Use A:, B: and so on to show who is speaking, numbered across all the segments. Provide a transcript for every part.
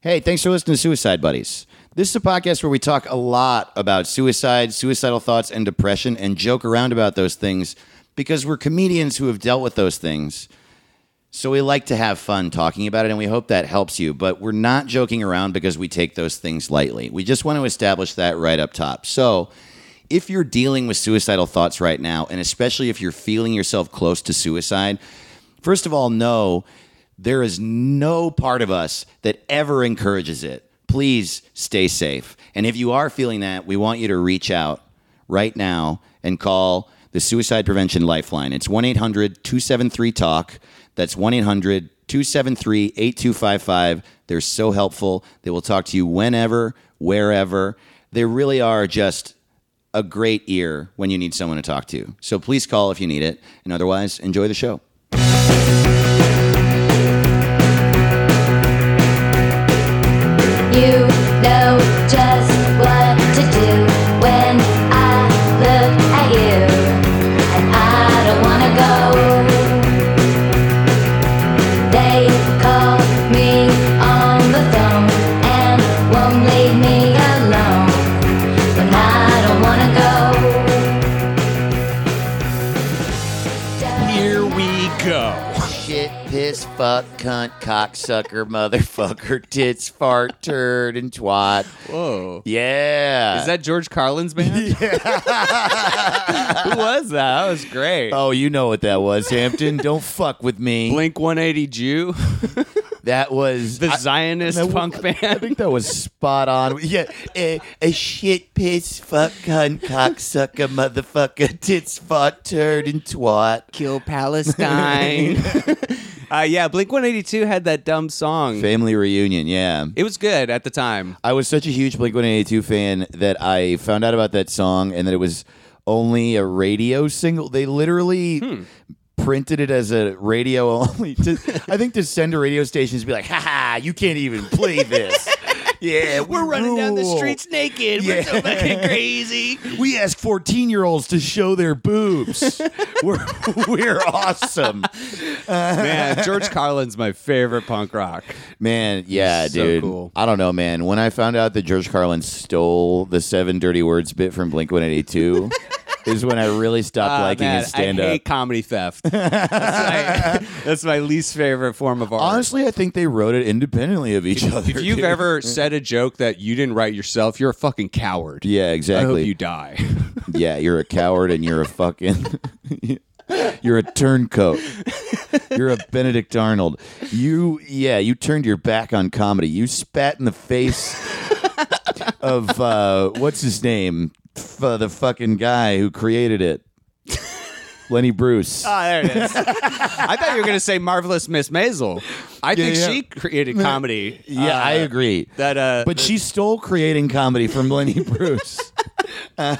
A: Hey, thanks for listening to Suicide Buddies. This is a podcast where we talk a lot about suicide, suicidal thoughts, and depression and joke around about those things because we're comedians who have dealt with those things. So we like to have fun talking about it and we hope that helps you, but we're not joking around because we take those things lightly. We just want to establish that right up top. So if you're dealing with suicidal thoughts right now, and especially if you're feeling yourself close to suicide, first of all, know there is no part of us that ever encourages it. Please stay safe. And if you are feeling that, we want you to reach out right now and call the Suicide Prevention Lifeline. It's 1 800 273 TALK. That's 1 800 273 8255. They're so helpful. They will talk to you whenever, wherever. They really are just a great ear when you need someone to talk to. So please call if you need it. And otherwise, enjoy the show.
B: You know just what to do when I look at you, and I don't wanna go. They call me on the phone and won't leave me alone when I don't wanna go.
C: Here we go.
A: Shit, piss, fuck, cunt, cocksucker, motherfucker, tits, fart, turd, and twat.
C: Whoa.
A: Yeah.
C: Is that George Carlin's band? Who was that? That was great.
A: Oh, you know what that was, Hampton. Don't fuck with me.
C: Uh, Blink 180 Jew,
A: That was
C: the
A: I-
C: Zionist
A: that was-
C: punk
A: I
C: band.
A: think that was spot on. Yeah, a, a shit, piss, fuck, cunt, cocksucker, motherfucker, tits, fart, turd, and twat.
C: Kill Palestine. uh, yeah, Blink 182 had that dumb song.
A: Family reunion, yeah.
C: It was good at the time.
A: I was such a huge Blink 182 fan that I found out about that song and that it was only a radio single. They literally
C: Hmm.
A: printed it as a radio only. To, I think to send to radio stations be like, ha ha, you can't even play this. yeah, we rule.
C: naked.
A: We're so Yeah. fucking
C: crazy.
A: We ask 14 year olds to show their boobs. we're, we're awesome.
C: Man, George Carlin's my favorite punk rock.
A: Man, yeah,
C: So
A: dude.
C: cool.
A: I don't know, man. When I found out that George Carlin stole the seven dirty words bit from Blink 182 is when I really stopped
C: Ah,
A: liking
C: man,
A: his stand
C: I
A: up.
C: hate comedy theft. that's, my, that's my least favorite form of art.
A: Honestly, I think they wrote it independently of each other.
C: if you've
A: dude.
C: ever said a joke that you didn't write yourself, you're a fucking coward.
A: Yeah,
C: I hope
A: exactly.
C: you die.
A: yeah, you're a coward and you're a fucking you're a turncoat. You're a Benedict Arnold. You yeah, you turned your back on comedy. You spat in the face of uh what's his name? F- uh, the fucking guy who created it. Lenny Bruce.
C: Ah, there it is. I thought you were going to say marvelous Miss Maisel. I think
A: yeah.
C: she created comedy.
A: yeah,
C: uh,
A: I agree.
C: That uh,
A: but she stole creating comedy from Lenny Bruce.
C: yeah.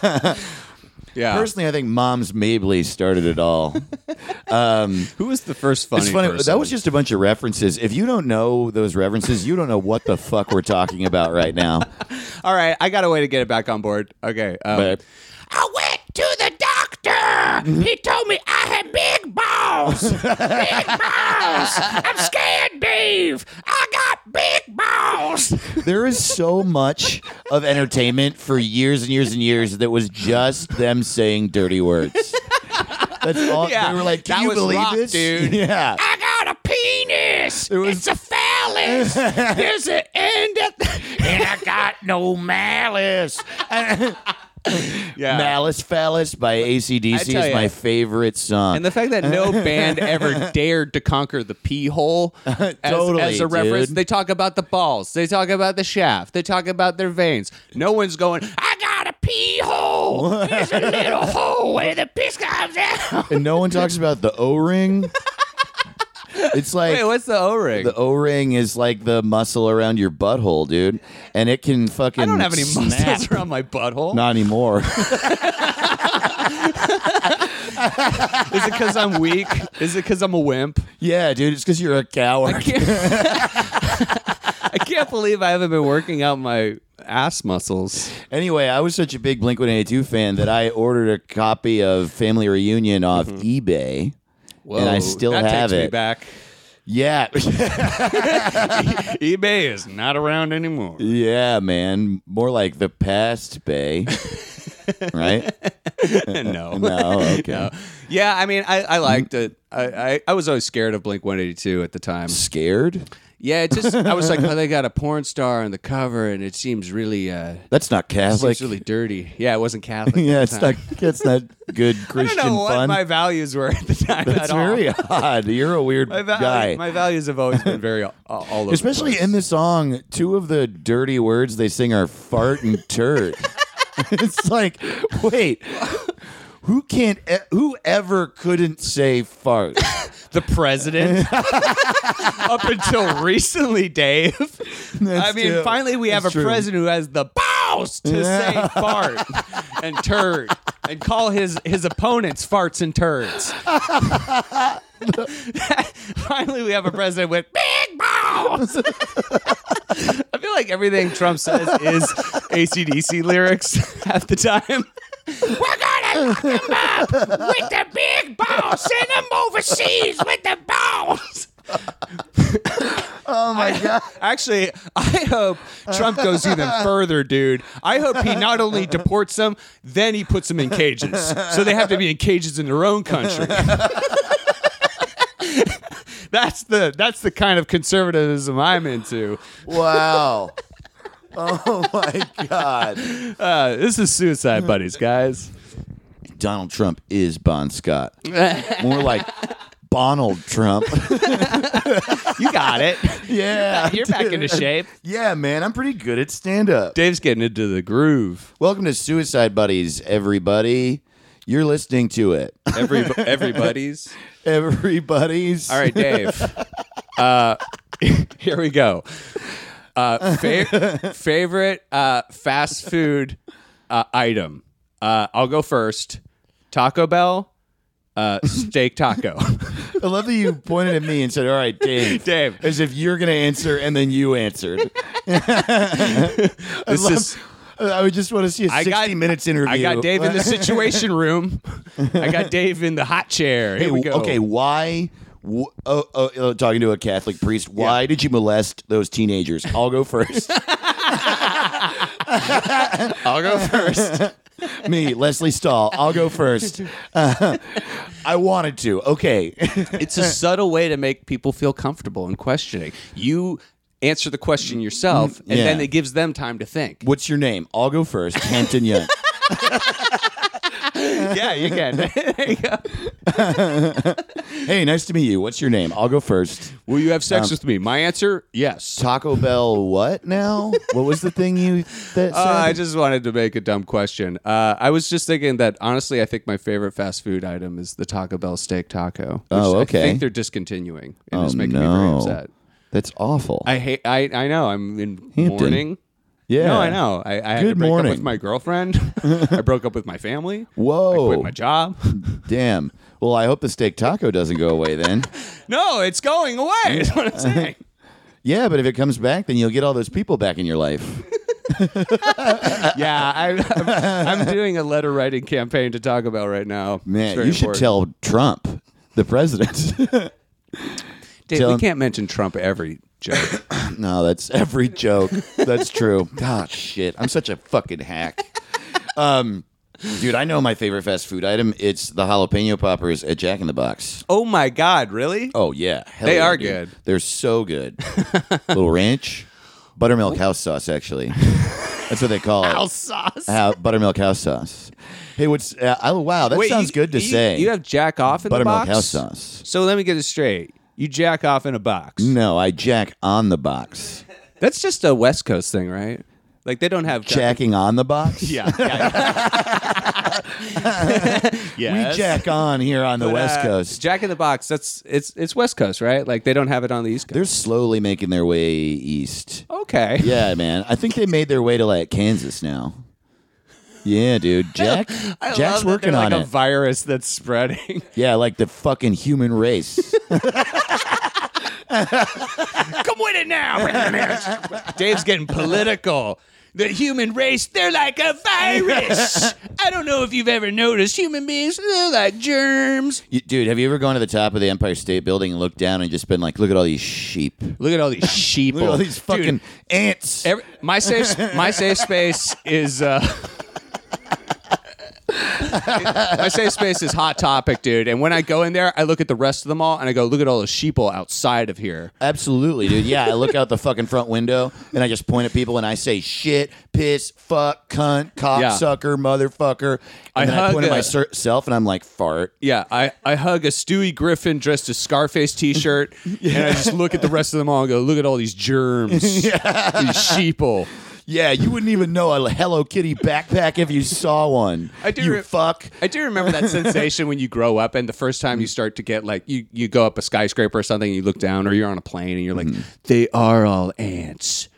A: Personally, I think Mom's Mabley started it all.
C: Who was the first funny?
A: it's funny.
C: person?
A: That was just a bunch of references. If you don't know those references, you don't know what the fuck we're talking about right now.
C: all right. I got a way to get it back on board. Okay. Um,
A: But
C: I went to the doctor. He told me I had big balls. big balls. I'm scared, Dave. I got big balls.
A: there is so much of entertainment for years and years and years that was just them saying dirty words. That's all.
C: Yeah,
A: they were like, "Can
C: that
A: you
C: was
A: believe
C: rock,
A: this,
C: dude.
A: Yeah.
C: I got a penis.
A: was-
C: It's a phallus. There's an end at the. And I got no malice. yeah.
A: Malice Phallus by
C: I
A: ACDC
C: tell
A: is my
C: ya.
A: favorite song.
C: And the fact that no band ever dared to conquer the pee hole as,
A: Totally,
C: as a reference.
A: dude.
C: They talk about the balls. They talk about the shaft. They talk about their veins. No one's going, I got a pee hole. There's a little hole where the piss comes out.
A: and no one talks about the O ring. it's like
C: Wait, what's the O ring?
A: The O ring is like the muscle around your butthole, dude, and it can fucking.
C: I don't have any
A: snap.
C: muscles around my butthole.
A: Not anymore.
C: Is it because I'm weak? Is it because I'm a wimp?
A: yeah, dude, it's because you're a coward.
C: I can't, I can't believe I haven't been working out my ass muscles.
A: Anyway, I was such a big Blink One Eighty Two fan that I ordered a copy of Family Reunion off eBay,
C: Whoa,
A: and I still
C: that
A: have
C: takes me
A: it.
C: back.
A: Yeah.
C: eBay is not around anymore.
A: yeah, man. More like the past bay. right?
C: no.
A: No, okay. Mm.
C: Yeah, I mean, I, I liked it. I, I, I was always scared of Blink 182 at the time.
A: Scared?
C: Yeah, it just, I was like, oh, they got a porn star on the cover, and it seems really, uh,
A: That's not
C: seems
A: Catholic.
C: really dirty. Yeah, it wasn't Catholic. at
A: yeah,
C: the
A: it's
C: time.
A: not that's not good Christian
C: I don't know what
A: fun.
C: my values were at the time.
A: that's
C: at all.
A: very odd. You're a weird
C: My, val-
A: guy.
C: my values have always been very all, all over.
A: Especially in the song, two of the dirty words they sing are fart and turd. it's like, wait, who can't, e- who ever couldn't say fart?
C: the president up until recently, Dave. I mean,
A: true.
C: finally we have
A: That's
C: a
A: true.
C: president who has the balls to say fart and turd and call his his opponents farts and turds. finally, we have a president with big balls. I feel like everything Trump says is ACDC lyrics half the time. We're gonna lock him up with the big balls. Send him overseas with the balls.
A: Oh my God.
C: Actually, I hope Trump goes even further, dude. I hope he not only deports them, then he puts them in cages. So they have to be in cages in their own country. that's the that's the kind of conservatism I'm into.
A: Wow. Oh my God.
C: Uh, this is suicide buddies, guys.
A: Donald Trump is Bon Scott. More like Bonald Trump.
C: You got it.
A: yeah.
C: You're back into shape.
A: Yeah, man. I'm pretty good at stand up.
C: Dave's getting into the groove.
A: Welcome to Suicide Buddies, everybody. You're listening to it.
C: Every everybody's.
A: Everybody's.
C: All right, Dave. uh, here we go. Uh, fa- favorite uh, fast food uh, item. Uh, I'll go first. Taco Bell, uh, steak taco.
A: I love that you pointed at me and said, "All right, Dave."
C: Dave.
A: as if you're going to answer, and then you answered.
C: This is.
A: I would just want to see a
C: I
A: sixty
C: got-
A: minutes interview.
C: I got Dave in the situation room. I got Dave in the hot chair. Here
A: Hey,
C: we go.
A: Okay, why? wh- Oh, oh, oh, talking to a Catholic priest. Why did you molest those teenagers? I'll go first.
C: I'll go first.
A: Me, Leslie Stahl. I'll go first. Uh, I wanted to. Okay.
C: it's a subtle way to make people feel comfortable in questioning. You answer the question yourself, and
A: Yeah.
C: then it gives them time to think.
A: What's your name? I'll go first. Hampton Young.
C: yeah, you can. there you go.
A: hey, nice to meet you. What's your name? I'll go first.
C: Will you have sex with me? My answer, yes.
A: Taco Bell. What now? What was the thing you that said?
C: Uh, I just wanted to make a dumb question. Uh, I was just thinking that honestly, I think my favorite fast food item is the Taco Bell steak taco. which
A: Oh, okay.
C: I think they're discontinuing. It is
A: Oh,
C: making me very
A: no.
C: upset.
A: That's awful.
C: I hate. I I know. I'm in
A: Hampton.
C: mourning.
A: yeah.
C: No, I know. I, I had to
A: Good
C: break up with
A: morning.
C: my girlfriend. I broke up with my family. I
A: Whoa.
C: quit my job.
A: Damn. Well, I hope the steak taco doesn't go away then.
C: no, it's going away. Is what I'm saying.
A: yeah, but if it comes back, then you'll get all those people back in your life.
C: yeah, I, I'm, I'm doing a letter writing campaign to Taco Bell right now. It's
A: Man,
C: very
A: you should
C: important.
A: tell Trump, the president.
C: Dave,
A: Tell
C: we
A: him-
C: can't mention Trump every joke.
A: no, that's every joke. That's true. God, shit. I'm such a fucking hack. Um, dude, I know my favorite fast food item. It's the jalapeno poppers at Jack in the Box.
C: oh my God, really?
A: Oh yeah, Hell
C: They
A: yeah,
C: are
A: dude.
C: good.
A: They're so good. Little ranch, buttermilk house sauce. Actually, that's what they call it.
C: sauce.
A: How- buttermilk house sauce. Hey, what's? Uh, I, wow, that sounds
C: you-
A: good to
C: you-
A: say.
C: You have jack off in
A: buttermilk
C: the box.
A: house sauce.
C: So let me get this straight. You jack off in a box.
A: No, I jack on the box.
C: That's just a West Coast thing, right? Like they don't have jack.
A: Jacking on the box.
C: Yeah. yeah.
A: we jack on here on the West
C: uh,
A: Coast.
C: Jack in the box. That's it's it's West Coast, right? Like they don't have it on the East Coast.
A: They're slowly making their way east.
C: okay.
A: Yeah, man. I think they made their way to like Kansas now. Yeah, dude. Jack.
C: I
A: Jack's
C: love that
A: working
C: they're like
A: on
C: a
A: it.
C: virus that's spreading.
A: yeah, like the fucking human race.
C: Come with it now. Dave's getting political. The human race, they're like a virus. I don't know if you've ever noticed human beings, they're like germs.
A: You- dude, have you ever gone to the top of the Empire State Building and looked down and just been like, look at all these sheep? Look
C: Look at all these sheep.
A: at all these fucking ants.
C: Every, my safe my safe space is uh, my safe space is hot topic, dude. And when I go in there, I look at the rest of the mall and I go, look at all the sheeple outside of here.
A: Absolutely, dude. Yeah, I look out the fucking front window and I just point at people and I say shit, piss, fuck, cunt, cocksucker, motherfucker.
C: I
A: And then I
C: hug
A: point at
C: a-
A: myself and I'm like, fart.
C: Yeah, I, I hug a Stewie Griffin dressed as Scarface T-shirt, and I just look at the rest of them all and go, look at all these germs, these sheeple.
A: Yeah, you wouldn't even know a Hello Kitty backpack if you saw one.
C: I do
A: You
C: re-
A: fuck.
C: I do remember that sensation when you grow up and the first time you start to get like you you go up a skyscraper or something and you look down or you're on a plane and you're like they are all ants.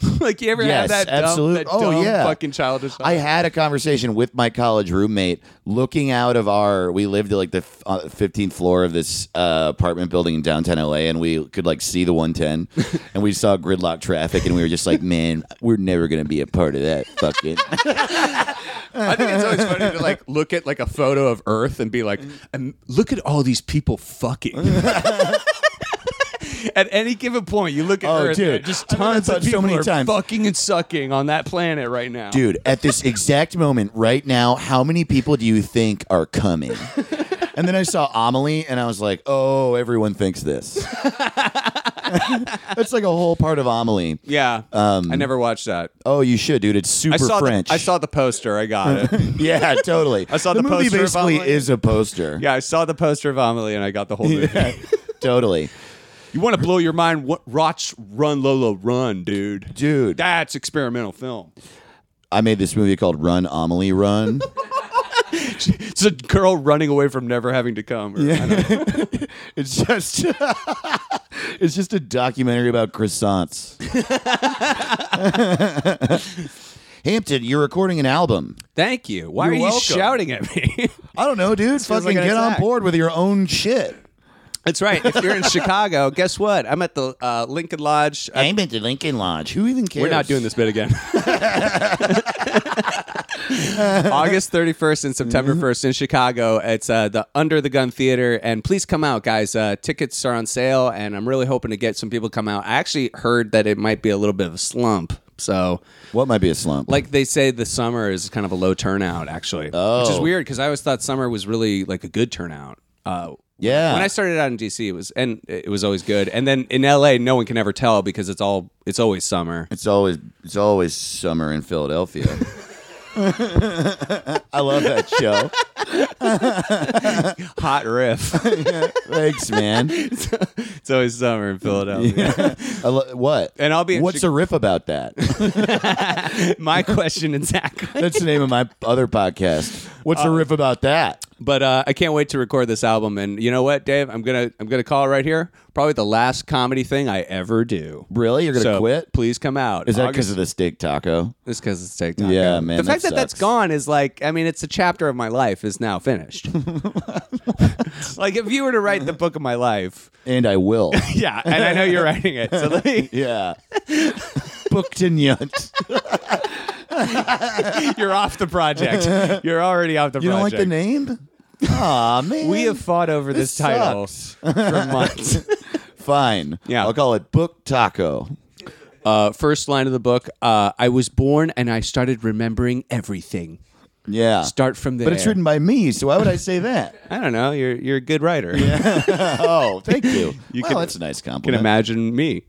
C: like you ever
A: Yes,
C: had that
A: absolute-
C: dumb, that
A: oh,
C: dumb
A: yeah.
C: fucking childish
A: I had a conversation with my college roommate looking out of our. We lived at like the f- uh, 15th floor of this uh, apartment building in downtown LA, and we could like see the 110, and we saw gridlock traffic, and we were just like, man, we're never going to be a part of that fucking.
C: I think it's always funny to like look at like a photo of Earth and be like, "Um, look at all these people fucking. at any given point, you look at
A: Oh,
C: Earth,
A: dude.
C: and just
A: I mean,
C: tons
A: that's
C: of
A: on so
C: people
A: many
C: are
A: times.
C: fucking and sucking on that planet right now.
A: Dude, at this exact moment right now, how many people do you think are coming? And then I saw Amelie and I was like, oh, everyone thinks this. That's like a whole part of Amelie.
C: Yeah, I never watched that.
A: Oh, you should, dude. It's super
C: I saw
A: Um, French.
C: The, I saw the poster. I got it.
A: Yeah, totally. I
C: saw the
A: movie
C: poster of
A: basically
C: Amelie.
A: is a poster.
C: yeah, I saw the poster of Amelie, and I got the whole movie.
A: totally.
C: You want to blow your mind? What Rotch Run Lola Run, dude?
A: Dude.
C: That's experimental film.
A: I made this movie called Run Amelie Run.
C: It's a girl running away from never having to come. or- I don't know.
A: it's just It's just a documentary about croissants. Hampton, you're recording an album.
C: Thank you. Why
A: You're
C: are you
A: welcome.
C: shouting at me?
A: I don't know, dude.
C: like
A: Fucking
C: an
A: get on
C: attack.
A: board with your own shit.
C: That's right. If you're in Chicago, guess what? I'm at the uh, Lincoln Lodge. I-
A: I'm at the Lincoln Lodge. Who even cares?
C: we're not doing this bit again. August 31st and September 1st in Chicago. It's uh, the Under the Gun Theater. And please come out, guys. Uh, tickets are on sale, and I'm really hoping to get some people to come out. I actually heard that it might be a little bit of a slump. So,
A: What might be a slump?
C: like they say, the summer is kind of a low turnout, actually. Which is
A: Oh.
C: weird because I always thought summer was really like a good turnout. Uh,
A: yeah.
C: when I started out in DC, it was and it was always good. And then in LA, no one can ever tell because it's all it's always summer.
A: It's always it's always summer in Philadelphia. I love that show.
C: Hot riff.
A: Thanks, man.
C: it's always summer in Philadelphia.
A: I lo- what?
C: And I'll be in
A: What's
C: Chi-
A: a riff about that?
C: My question exactly.
A: That's the name of my other podcast. What's
C: Uh,
A: a riff about that?
C: But uh, I can't wait to record this album. And you know what, Dave? I'm gonna I'm gonna call it right here. Probably the last comedy thing I ever do.
A: Really? You're gonna
C: so
A: quit?
C: Please come out.
A: Is that
C: August-
A: because of the steak taco?
C: It's because it's TikTok.
A: Yeah, man,
C: The fact
A: that
C: that, that's
A: sucks.
C: gone is like, I mean, it's a chapter of my life is now finished. like, if you were to write the book of my life,
A: And I will.
C: yeah, and I know you're writing it, so let me,
A: yeah. Booked and yunt.
C: you're off the project. You're already off the
A: You don't
C: project.
A: like the name? Aw man.
C: We have fought over this,
A: This
C: title for months.
A: fine.
C: Yeah.
A: I'll call it book taco.
C: uh, first line of the book: uh, I was born and I started remembering everything.
A: Yeah.
C: Start from there.
A: but it's written by me, so why would I say that?
C: I don't know. You're you're a good writer.
A: oh, thank you.
C: You
A: wow,
C: can-
A: that's a nice
C: You can
A: compliment.
C: imagine me.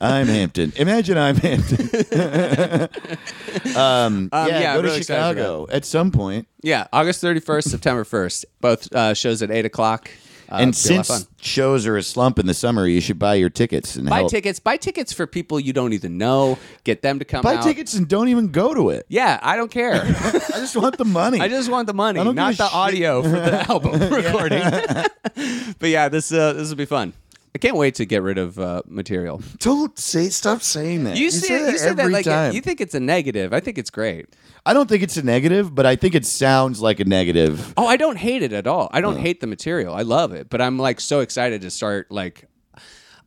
A: I'm Hampton. Imagine I'm Hampton. um, yeah,
C: yeah,
A: go
C: I'm
A: to
C: really excited for
A: Chicago at some point.
C: Yeah, August 31st, September 1st. Both uh, shows at 8 o'clock.
A: and
C: Uh, be a lot of
A: since
C: fun.
A: shows are a slump in the summer, you should buy your tickets and
C: Buy
A: help.
C: tickets. Buy tickets for people you don't even know. Get them to come
A: buy
C: out.
A: tickets and don't even go to it.
C: Yeah, I don't care.
A: I just want the money.
C: I just want the money,
A: I don't
C: not
A: give a
C: the
A: shit.
C: audio for the album recording. but yeah, this uh, this will be fun. I can't wait to get rid of uh, material.
A: don't say stop saying that.
C: You, see,
A: say that
C: you said that
A: every
C: like
A: time.
C: you think it's a negative. I think it's great.
A: I don't think it's a negative, but I think it sounds like a negative.
C: Oh, I don't hate it at all. I don't hate the material. I love it, but I'm like so excited to start like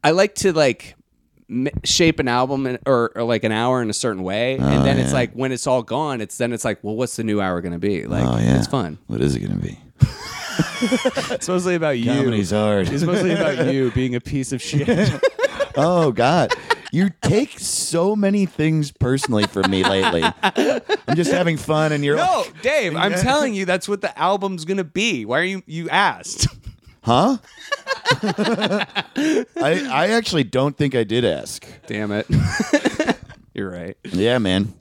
C: I like to like m- shape an album in, or, or like an hour in a certain way, and then it's like when it's all gone, it's then it's like, well, what's the new hour going to be? Like,
A: Oh yeah,
C: it's fun.
A: What is it going to be?
C: It's mostly about you.
A: Comedy's hard.
C: It's mostly about you being a piece of shit.
A: Oh God. You take so many things personally from me lately. I'm just having fun and you're
C: No,
A: like,
C: Dave, I'm telling you, that's what the album's gonna be. Why are you you asked?
A: huh? I I actually don't think I did ask.
C: Damn it. You're right.
A: Yeah, man.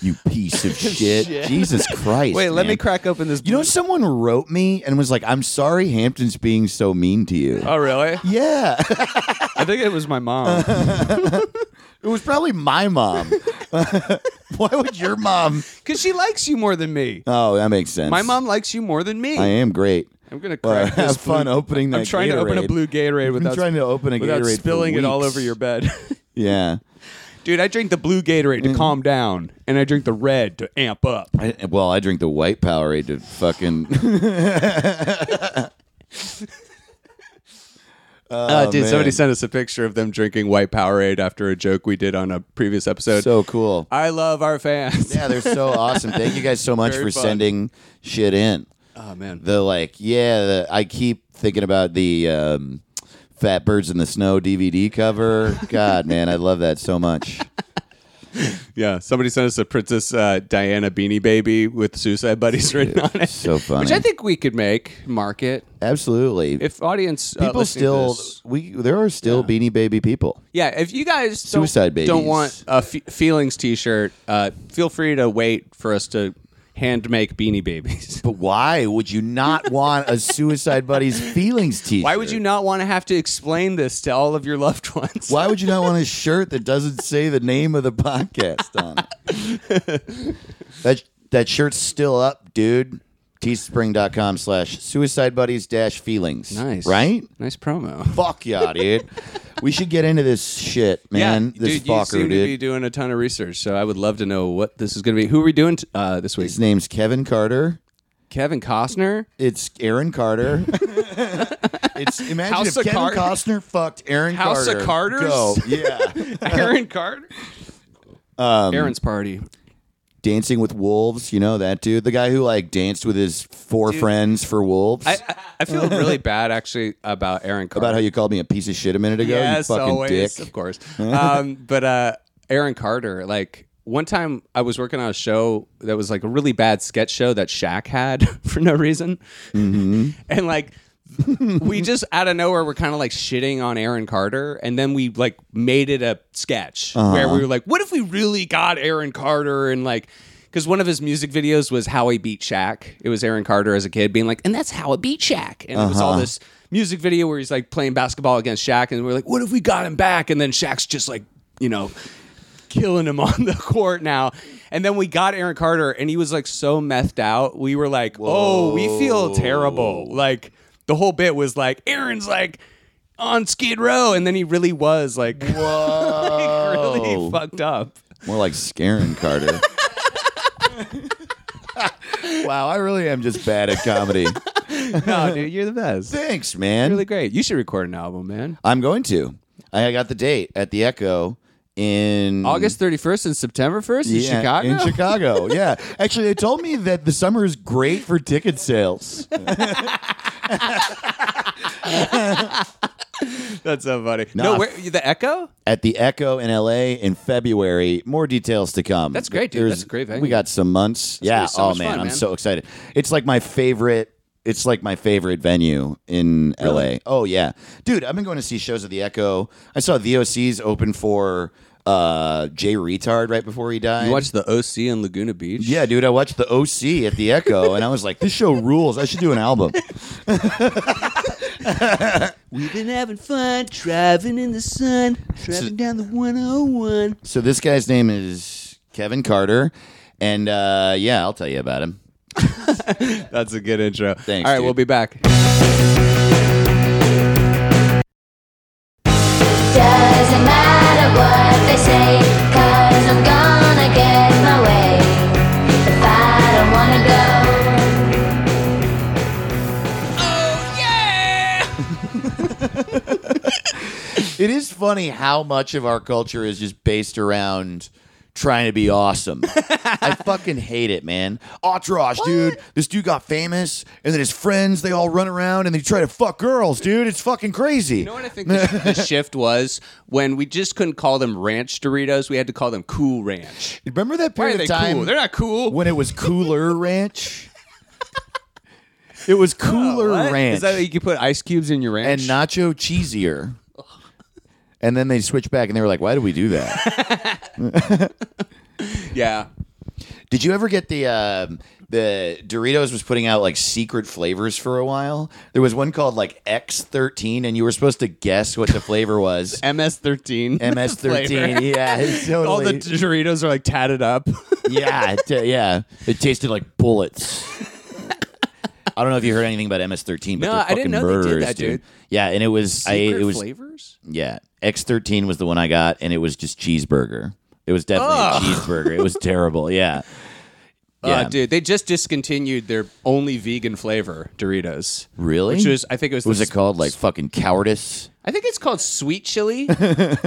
A: you piece of shit. Jesus Christ.
C: Wait, let me
A: man.
C: crack open this.
A: You know someone wrote me and was like, "I'm sorry Hampton's being so mean to you."
C: oh, really?
A: Yeah.
C: I think it was my mom.
A: It was probably my mom. Why would your mom?
C: Because she likes you more than me.
A: Oh, that makes sense.
C: My mom likes you more than me.
A: I am great.
C: I'm gonna
A: Uh,
C: crack this
A: have fun
C: blue-
A: opening that.
C: I'm trying to open a
A: Gatorade.
C: blue Gatorade
A: I've
C: without
A: been trying to open a
C: without
A: Gatorade for
C: spilling it all
A: weeks.
C: over your bed.
A: Yeah.
C: Dude, I drink the blue Gatorade
A: Mm-hmm.
C: to calm down, and I drink the red to amp up.
A: I, well, I drink the white Powerade to fucking.
C: Uh, dude, somebody
A: Oh, man.
C: sent us a picture of them drinking white Powerade after a joke we did on a previous episode.
A: so cool.
C: I love our fans.
A: Yeah, they're so awesome. Thank you guys so much
C: Very
A: for
C: fun.
A: sending shit in.
C: Oh man.
A: The like, yeah, the, I keep thinking about the um, Fat Birds in the Snow DVD cover. God, man, I love that so much.
C: yeah. Somebody sent us a Princess uh, Diana beanie baby with Suicide Buddies written on it.
A: So funny.
C: Which I think we could make market
A: Absolutely.
C: if audience uh,
A: people
C: listening to
A: still
C: this-
A: we there are still Beanie Baby people.
C: yeah. If you guys don't,
A: Suicide Babies.
C: don't want a fe- feelings T-shirt, uh, feel free to wait for us to hand make beanie babies.
A: But why would you not want a Suicide Buddies feelings T-shirt?
C: Why would you not want to have to explain this to all of your loved ones?
A: Why would you not want a shirt that doesn't say the name of the podcast on it? that that shirt's still up, dude. Teespring.com slash suicide buddies dash feelings.
C: Nice,
A: Right?
C: Nice promo.
A: Fuck yeah, dude. we should get into this shit, man.
C: yeah,
A: this
C: dude, you
A: fucker,
C: seem to
A: dude.
C: be doing a ton of research, so I would love to know what this is going to be. Who are we doing t- uh, this week?
A: His name's Kevin Carter.
C: Kevin Costner.
A: It's Aaron Carter. it's imagine
C: House
A: if
C: of
A: Kevin
C: Carter-
A: Costner fucked Aaron
C: House
A: Carter.
C: of Carters?
A: Go. Yeah.
C: Aaron Carter.
A: Um,
C: Aaron's party.
A: Dancing with Wolves, you know that dude, the guy who like danced with his four friends for wolves.
C: I, I, I feel really bad actually about Aaron Carter.
A: about how you called me a piece of shit a minute ago,
C: yes,
A: you fucking
C: always,
A: dick.
C: of course. um, but uh, Aaron Carter, like one time I was working on a show that was like a really bad sketch show that Shaq had for no reason,
A: Mm-hmm.
C: and like. we just out of nowhere were kind of like shitting on Aaron Carter, and then we like made it a sketch where we were like, "What if we really got Aaron Carter?" And like, because one of his music videos was how he beat Shaq. It was Aaron Carter as a kid being like, "And that's how I beat Shaq." And it was all this music video where he's like playing basketball against Shaq, and we are like, "What if we got him back?" And then Shaq's just like, you know, killing him on the court now. And then we got Aaron Carter, and he was like so methed out. We were like, oh, we feel terrible. Like the whole bit was like Aaron's like on Skid Row, and then he really was like, like, really
A: Whoa.
C: fucked up.
A: More like Scarin Carter. wow, I really am just bad at comedy.
C: No, dude, you're the best.
A: Thanks, man.
C: Really great. You should record an album, man.
A: I'm going to. I got the date at the Echo in
C: August 31st and September 1st in
A: Yeah,
C: Chicago.
A: In Chicago, yeah. Actually, they told me that the summer is great for ticket sales.
C: That's so funny.
A: Nah.
C: No, where, the Echo?
A: At the Echo in LA in February. More details to come.
C: That's great, dude. That's a great venue.
A: We got some months. yeah.
C: be so
A: oh
C: much
A: man,
C: fun,
A: I'm
C: man.
A: so excited. It's like my favorite. It's like my favorite venue in LA. Oh yeah, dude. I've been going to see shows at the Echo. I saw the OCs open for uh, Jay Retard right before he died.
C: You watch the OC in Laguna Beach?
A: Yeah, dude, I watched the OC at the Echo, and I was like, "This show rules! I should do an album."
C: We've been having fun driving in the sun, driving down the 101.
A: So this guy's name is Kevin Carter, and uh, yeah, I'll tell you about him.
C: That's a good intro.
A: Thanks,
C: All right,
A: dude.
C: we'll be back.
B: Doesn't matter what they say, cause I'm gonna get my way. If I don't wanna go,
A: It It is funny how much of our culture is just based around trying to be awesome. I fucking hate it, man. Entourage, dude. This dude got famous, and then his friends they all run around and they try to fuck girls, dude. It's fucking crazy.
C: You know what I think the, the shift was when we just couldn't call them ranch Doritos, we had to call them Cool Ranch.
A: Remember that
C: Why are
A: period
C: they
A: of time
C: cool? They're not cool.
A: when it was Cooler Ranch? It was Cooler
C: What?
A: Ranch
C: Is that you can put ice cubes in your
A: and
C: ranch?
A: Nacho Cheesier. And then they switched back and they were like, why did we do that?
C: yeah.
A: Did you ever get the um, the Doritos was putting out like secret flavors for a while? There was one called like X thirteen, and you were supposed to guess what the flavor was.
C: MS thirteen.
A: MS thirteen, yeah, it's totally.
C: All the Doritos are like tatted up.
A: yeah, it, uh, yeah. It tasted like bullets. I don't know if you heard anything about MS thirteen, but
C: No,
A: they're
C: I
A: fucking
C: didn't know they did
A: murderers,
C: that, dude.
A: Yeah, and it was I it was
C: flavors.
A: yeah X thirteen was the one I got, and it was just cheeseburger. It was definitely
C: Ugh.
A: a cheeseburger. It was terrible. Yeah.
C: Yeah, Uh, dude, they just discontinued their only vegan flavor Doritos.
A: Really?
C: Which was, I think it was.
A: was
C: the
A: it called like fucking cowardice?
C: I think it's called sweet chili. sweet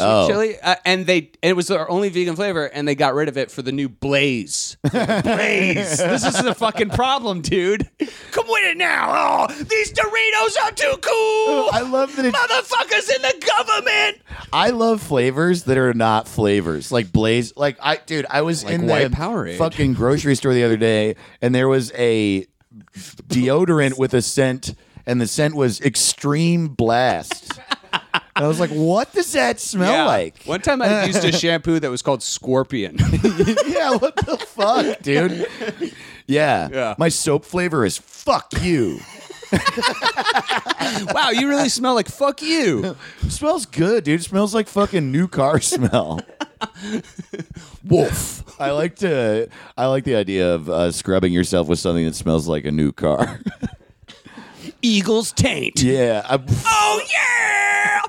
A: Oh.
C: chili, uh, and they and it was their only vegan flavor, and they got rid of it for the new Blaze. Blaze, this is the fucking problem, dude. Come with it now. Oh, these Doritos are too cool.
A: I love that it-
C: motherfuckers in the government.
A: I love flavors that are not flavors, like Blaze. Like I, dude, I was in
C: white
A: the
C: Powerade.
A: fucking grocery store the other day, and there was a deodorant with a scent, and the scent was Extreme Blast. and I was like, "What does that smell like?"
C: One time I used a shampoo that was called Scorpion.
A: yeah, what the fuck, dude? Yeah.
C: Yeah.
A: my soap flavor is fuck you.
C: wow, you really smell like fuck you.
A: smells good, dude. It smells like fucking new car smell.
C: Wolf.
A: I like to. I like the idea of uh, scrubbing yourself with something that smells like a new car.
C: Eagle's taint.
A: yeah, I,
C: Oh yeah!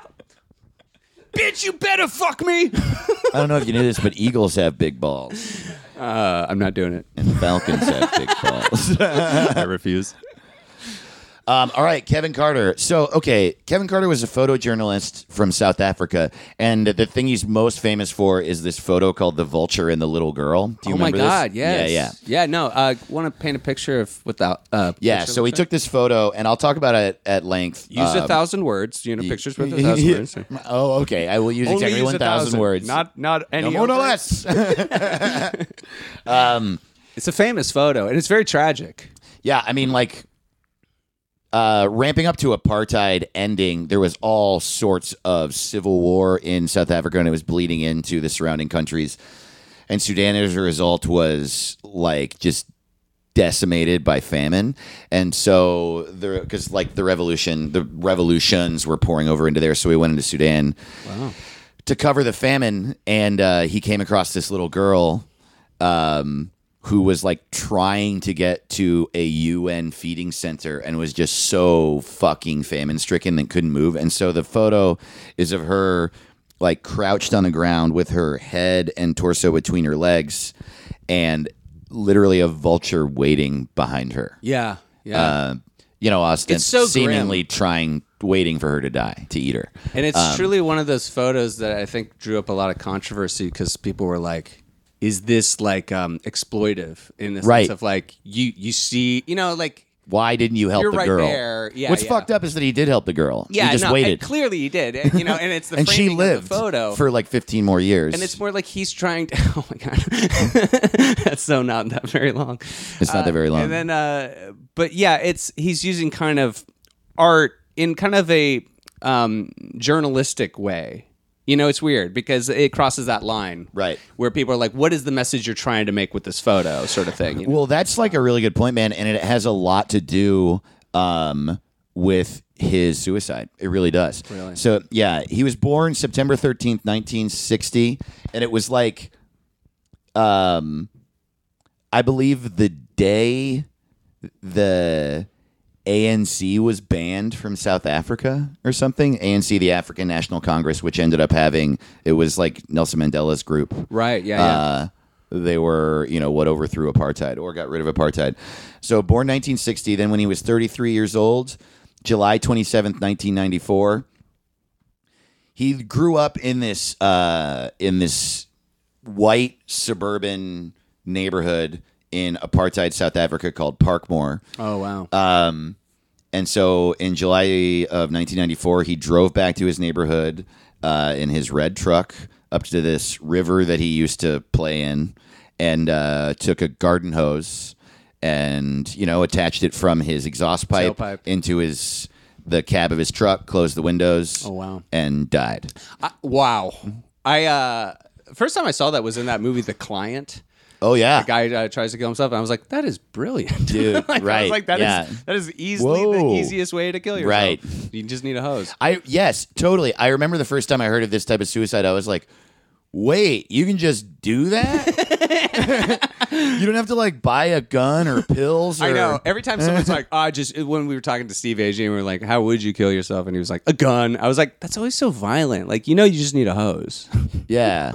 C: Bitch, you better fuck me.
A: I don't know if you knew this, but eagles have big balls
C: Uh, I'm not doing it.
A: and falcons have big balls.
C: I refuse.
A: Um, all right, Kevin Carter. So, okay, Kevin Carter was a photojournalist from South Africa, and the thing he's most famous for is this photo called "The Vulture and the Little Girl." Do you
C: oh my
A: remember this?
C: god! Yes.
A: yeah, yeah.
C: yeah. No, I want to paint a picture of without. Uh,
A: Yeah,
C: picture
A: so he
C: looks like-
A: took this photo, and I'll talk about it at length.
C: use
A: um,
C: a thousand words. You know, pictures with a
A: Yeah.
C: thousand words.
A: Oh, okay. I will use
C: Only
A: exactly
C: use
A: one
C: a
A: thousand words.
C: Not not any.
A: no more, no
C: over.
A: less.
C: It's a famous photo, and it's very tragic.
A: Yeah, I mean, like uh, ramping up to apartheid ending, there was all sorts of civil war in South Africa, and it was bleeding into the surrounding countries. And Sudan, as a result, was like just decimated by famine, and so the because like the revolution, the revolutions were pouring over into there, so we went into Sudan to cover the famine, and uh, he came across this little girl um, who was like trying to get to a UN feeding center and was just so fucking famine stricken and couldn't move. And so the photo is of her like crouched on the ground with her head and torso between her legs and literally a vulture waiting behind her.
C: Yeah. Yeah.
A: Uh, you know, Austin
C: It's so grim.
A: seemingly trying, waiting for her to die, to eat her.
C: And it's
A: um,
C: truly one of those photos that I think drew up a lot of controversy because people were like, "Is this like um, exploitive?" In the
A: Right.
C: sense of like you you see you know like
A: Why didn't you help
C: You're
A: the
C: right
A: girl?
C: there. Yeah,
A: What's
C: yeah.
A: fucked up is that he did help the girl.
C: yeah
A: he just
C: no,
A: waited.
C: And clearly you did and, you know and it's the
A: and she
C: framing of the
A: lived
C: photo
A: for like 15 more years.
C: and it's more like he's trying to oh my god that's so not that very long
A: It's not that very long.
C: and then uh but yeah it's he's using kind of art in kind of a um journalistic way you know it's weird because it crosses that line
A: Right.
C: where people are like what is the message you're trying to make with this photo sort of thing you know?
A: well, that's like a really good point, man, and it has a lot to do um, with his suicide. It really does. Really. So yeah, he was born September 13th, 1960, and it was like, um, I believe the day the ANC was banned from South Africa or something. ANC, the African National Congress, which ended up having it was like Nelson Mandela's group,
C: right yeah yeah
A: uh, they were, you know, what overthrew apartheid or got rid of apartheid. So born 1960, then when he was 33 years old, July 27th, 1994, He grew up in this uh, in this white suburban neighborhood in apartheid South Africa called Parkmore.
C: Oh wow.
A: uh, And so in July of 1994, he drove back to his neighborhood uh, in his red truck up to this river that he used to play in and uh, took a garden hose and, you know, attached it from his exhaust pipe
C: Tailpipe.
A: into his the cab of his truck, closed the windows.
C: Oh, wow.
A: And died.
C: I, wow. I uh first time I saw that was in that movie The Client.
A: Oh, yeah.
C: Guy uh, tries to kill himself, and I was like, "That is brilliant,
A: Dude,
C: Like, I
A: right,
C: was like, that is
A: yeah.
C: that is easily the
A: Whoa.
C: easiest way to kill yourself.
A: Right.
C: You just need a hose.
A: I yes, totally. I remember the first time I heard of this type of suicide, I was like, "Wait, you can just do that? you don't have to like buy a gun or pills or
C: I know. Every time someone's like, "I just," when we were talking to Steve Agee, and we were like, "How would you kill yourself?" and he was like, "A gun." I was like, "That's always so violent. Like, you know, you just need a hose."
A: Yeah.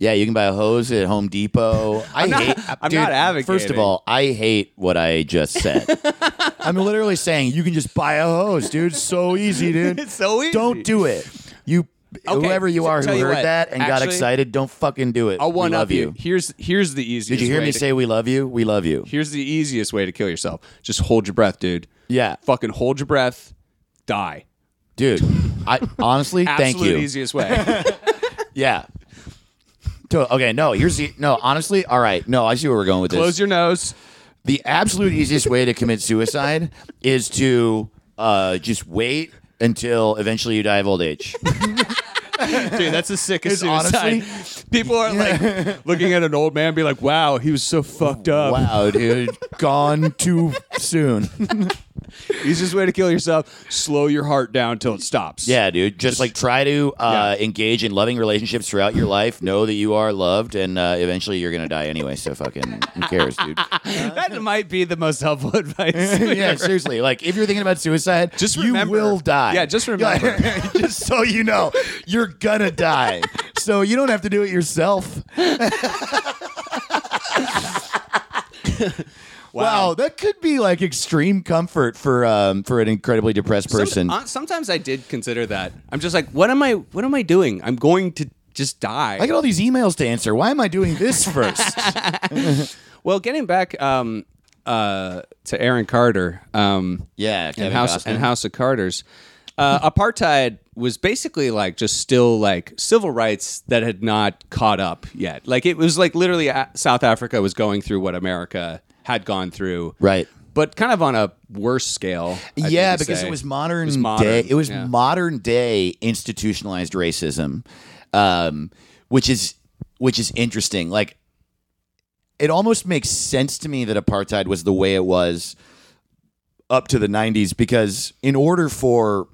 A: Yeah, you can buy a hose at Home Depot. I
C: not-
A: hate.
C: I'm not advocating.
A: First of all, I hate what I just said. I'm literally saying you can just buy a hose, dude. So easy, dude.
C: It's so easy.
A: Don't do it. You,
C: Okay,
A: whoever you are who
C: tell
A: heard
C: you what,
A: that and got
C: actually,
A: excited, don't fucking do it.
C: I'll
A: we
C: one
A: love
C: up you.
A: you.
C: Here's here's the easiest.
A: Did you hear
C: way
A: me
C: to-
A: say we love you? We love you.
C: Here's the easiest way to kill yourself. Just hold your breath, dude.
A: Yeah.
C: Fucking hold your breath. Die.
A: dude i honestly
C: Absolute
A: thank you
C: easiest way.
A: yeah To- okay no here's the no honestly all right no i see where we're going with
C: Close
A: this
C: your nose.
A: the absolute easiest way to commit suicide is to uh, just wait until eventually you die of old age
C: Dude, that's the
A: It's
C: sickest suicide. People are like looking at an old man, be like, "Wow, he was so fucked up."
A: wow dude gone too soon
C: Easiest way to kill yourself: slow your heart down till it stops.
A: yeah dude just like try to uh, engage in loving relationships throughout your life know that you are loved and uh, eventually you're gonna die anyway so fucking who cares dude
C: that might be the most helpful advice.
A: yeah, seriously. Like if you're thinking about suicide,
C: Just
A: you
C: remember-
A: will die.
C: Yeah, just remember.
A: Yeah, just so you know, you're gonna die. so you don't have to do it yourself. wow. that could be like extreme comfort for um for an incredibly depressed person.
C: Some- uh, sometimes I did consider that. I'm just like, what am I? What am I doing? I'm going to just die.
A: I get all these emails to answer. Why am I doing this first?
C: well, getting back um, uh, to Aaron Carter um,
A: yeah, Kevin
C: and House
A: Costner.
C: and House of Carters, uh, apartheid was basically like just still like civil rights that had not caught up yet. Like it was like literally uh, South Africa was going through what America had gone through,
A: Right.
C: But kind of on a worse scale. I'd
A: yeah,
C: need to
A: because
C: say.
A: it was modern,
C: was modern,
A: day. It was
C: yeah.
A: modern day institutionalized racism, um, which is which is interesting. Like, it almost makes sense to me that apartheid was the way it was up to the '90s, because in order for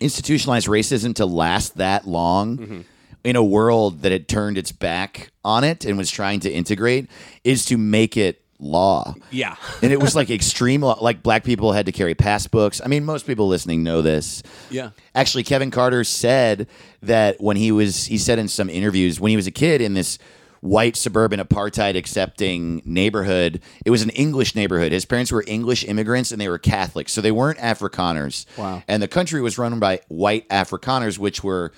A: institutionalized racism to last that long.
C: Mm-hmm.
A: In a world that had turned its back on it and was trying to integrate, is to make it law
C: yeah.
A: and it was like extreme uh, like black people had to carry passbooks i mean most people listening know this
C: Yeah.
A: actually kevin carter said that when he was he said in some interviews when he was a kid in this white suburban apartheid accepting neighborhood it was an english neighborhood his parents were english immigrants and they were catholics so they weren't afrikaners
C: Wow.
A: and the country was run by white afrikaners which were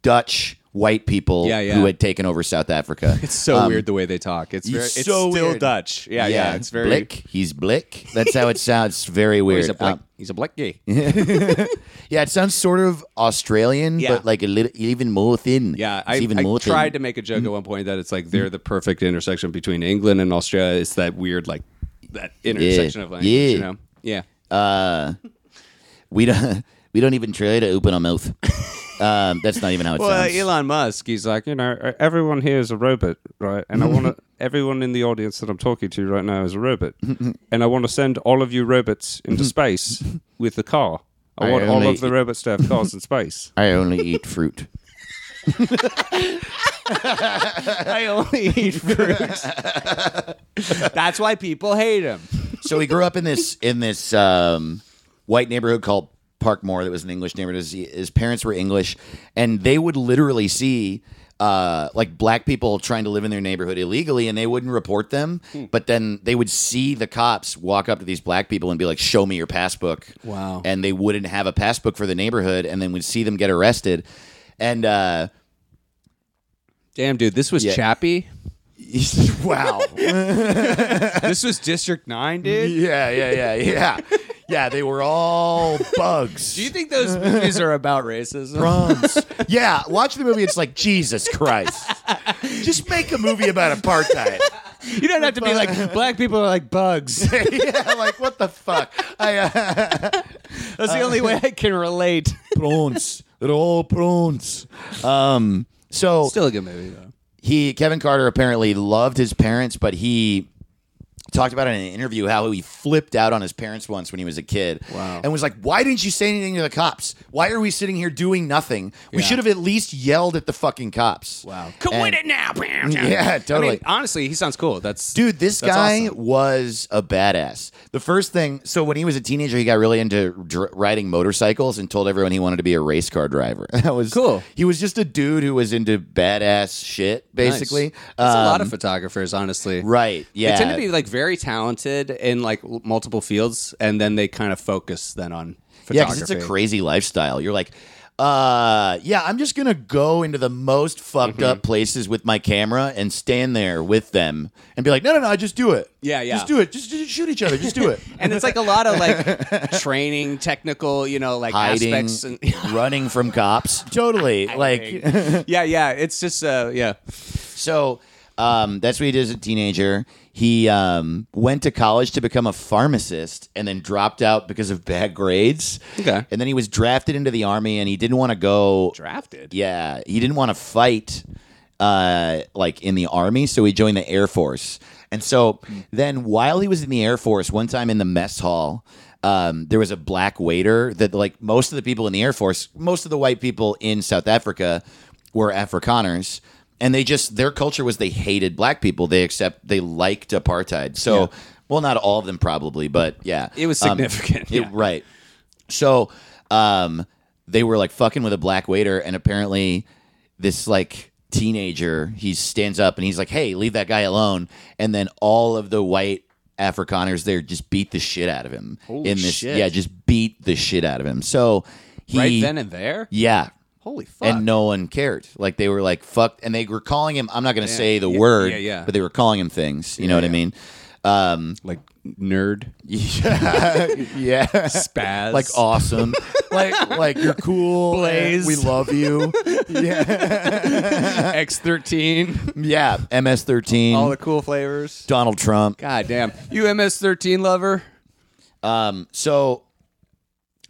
A: dutch white people
C: Yeah, yeah.
A: who had taken over south africa
C: It's so weird the way they talk. It's very, it's
A: so
C: still
A: weird.
C: Dutch. Yeah, yeah, It's very
A: Blick. He's Blick. That's how it sounds. It's very weird.
C: He's a black.
A: Um,
C: he's a black gay.
A: yeah, it sounds sort of Australian,
C: Yeah.
A: but like a little even more thin.
C: Yeah,
A: It's
C: I,
A: even
C: I
A: more Mm-hmm.
C: tried to
A: thin.
C: make a joke at one point that it's like they're the perfect intersection between England and Australia. It's that weird like that intersection of language.
A: Yeah.
C: You know? Yeah.
A: We don't. We don't even try to open our mouth. um, that's not even how it
C: Well,
A: sounds.
C: Elon Musk, he's like, e,
D: you know, everyone here is a robot, right? And I want to, everyone in the audience that I'm talking to right now is a robot. and I want to send all of you robots into space with the car. I
A: I
D: want all
A: only-
D: of the robots to have cars in space.
A: I only eat fruit.
C: I only eat fruits. That's why people hate him.
A: so he grew up in this in this um, white neighborhood called Parkmore that was an English neighborhood. His, his parents were English, and they would literally see uh, like black people trying to live in their neighborhood illegally, and they wouldn't report them.
C: Hmm.
A: But then they would see the cops walk up to these black people and be like, "Show me your passbook."
C: Wow.
A: And they wouldn't have a passbook for the neighborhood, and then would see them get arrested. And uh,
C: Damn, dude, this was
A: Yeah.
C: Chappie.
A: wow,
C: this was District Nine, dude.
A: yeah, yeah, yeah, yeah, yeah. They were all bugs.
C: Do you think those movies are about racism?
A: Bronze. yeah, watch the movie. It's like Jesus Christ. Just make a movie about apartheid.
C: You don't have to be like black people are like bugs.
A: yeah, like what the fuck? I, uh,
C: That's the only way I can relate.
A: prawns. They're all prawns. Um. So
C: Still a good movie though.
A: he Kevin Carter apparently loved his parents, but he talked about it in an interview how he flipped out on his parents once when he was a kid.
C: Wow.
A: And was like, "Why didn't you say anything to the cops? Why are we sitting here doing nothing? We
C: Yeah.
A: should have at least yelled at the fucking cops."
C: quit
A: And-
C: it now.
A: Yeah, totally.
C: I mean, honestly, he sounds cool. That's
A: Dude, this
C: That's
A: guy
C: awesome.
A: was a badass. The first thing, so when he was a teenager, he got really into dr- riding motorcycles and told everyone he wanted to be a race car driver. That was
C: Cool.
A: He was just a dude who was into badass shit,
C: Nice.
A: basically.
C: That's a lot
A: Um,
C: of photographers, honestly.
A: right. Yeah,
C: They tend to be like very talented in like l- multiple fields, and then they kind of focus then on photography.
A: yeah, because it's a crazy lifestyle. You're like. Uh yeah, I'm just gonna go into the most fucked up
C: Mm-hmm.
A: places with my camera and stand there with them and be like, no, no, no, just do it.
C: Yeah, yeah.
A: just do it. Just, just shoot each other. Just do it.
C: and it's like a lot of like training, technical, you know, like
A: hiding,
C: aspects. And
A: running from cops. Totally. like
C: yeah, yeah. It's just uh, yeah.
A: so. Um, that's what he did as a teenager. He um, went to college to become a pharmacist and then dropped out because of bad grades.
C: Okay.
A: And then he was drafted into the army and he didn't want to go.
C: Drafted.
A: Yeah, he didn't want to fight uh, like in the army, so he joined the Air Force. And so then, while he was in the Air Force, one time in the mess hall, um, there was a black waiter that like most of the people in the Air Force, most of the white people in South Africa were Afrikaners. And they just their culture was they hated black people. They accept they liked apartheid. So, well, not all of them probably, but yeah,
C: It was
A: Um,
C: significant,
A: it-
C: yeah.
A: Right. So um, they were like fucking with a black waiter, and apparently this like teenager he stands up and he's like, "Hey, leave that guy alone!" And then all of the white Afrikaners there just beat the shit out of him.
C: Holy
A: in this,
C: shit.
A: yeah, just beat the shit out of him. So he,
C: Right then and there.
A: yeah.
C: Holy fuck.
A: And no one cared. Like they were like fucked, and they were calling him. I'm not going to say the
C: Yeah,
A: word,
C: yeah, yeah.
A: but they were calling him things. You know what I
C: yeah.
A: mean? Um,
C: like nerd
A: yeah, yeah.
C: spaz.
A: like awesome. like like you're cool.
C: Blaze.
A: We love you. yeah.
C: X thirteen.
A: Yeah. MS13.
C: All the cool flavors.
A: Donald Trump.
C: God damn. You MS thirteen lover.
A: Um so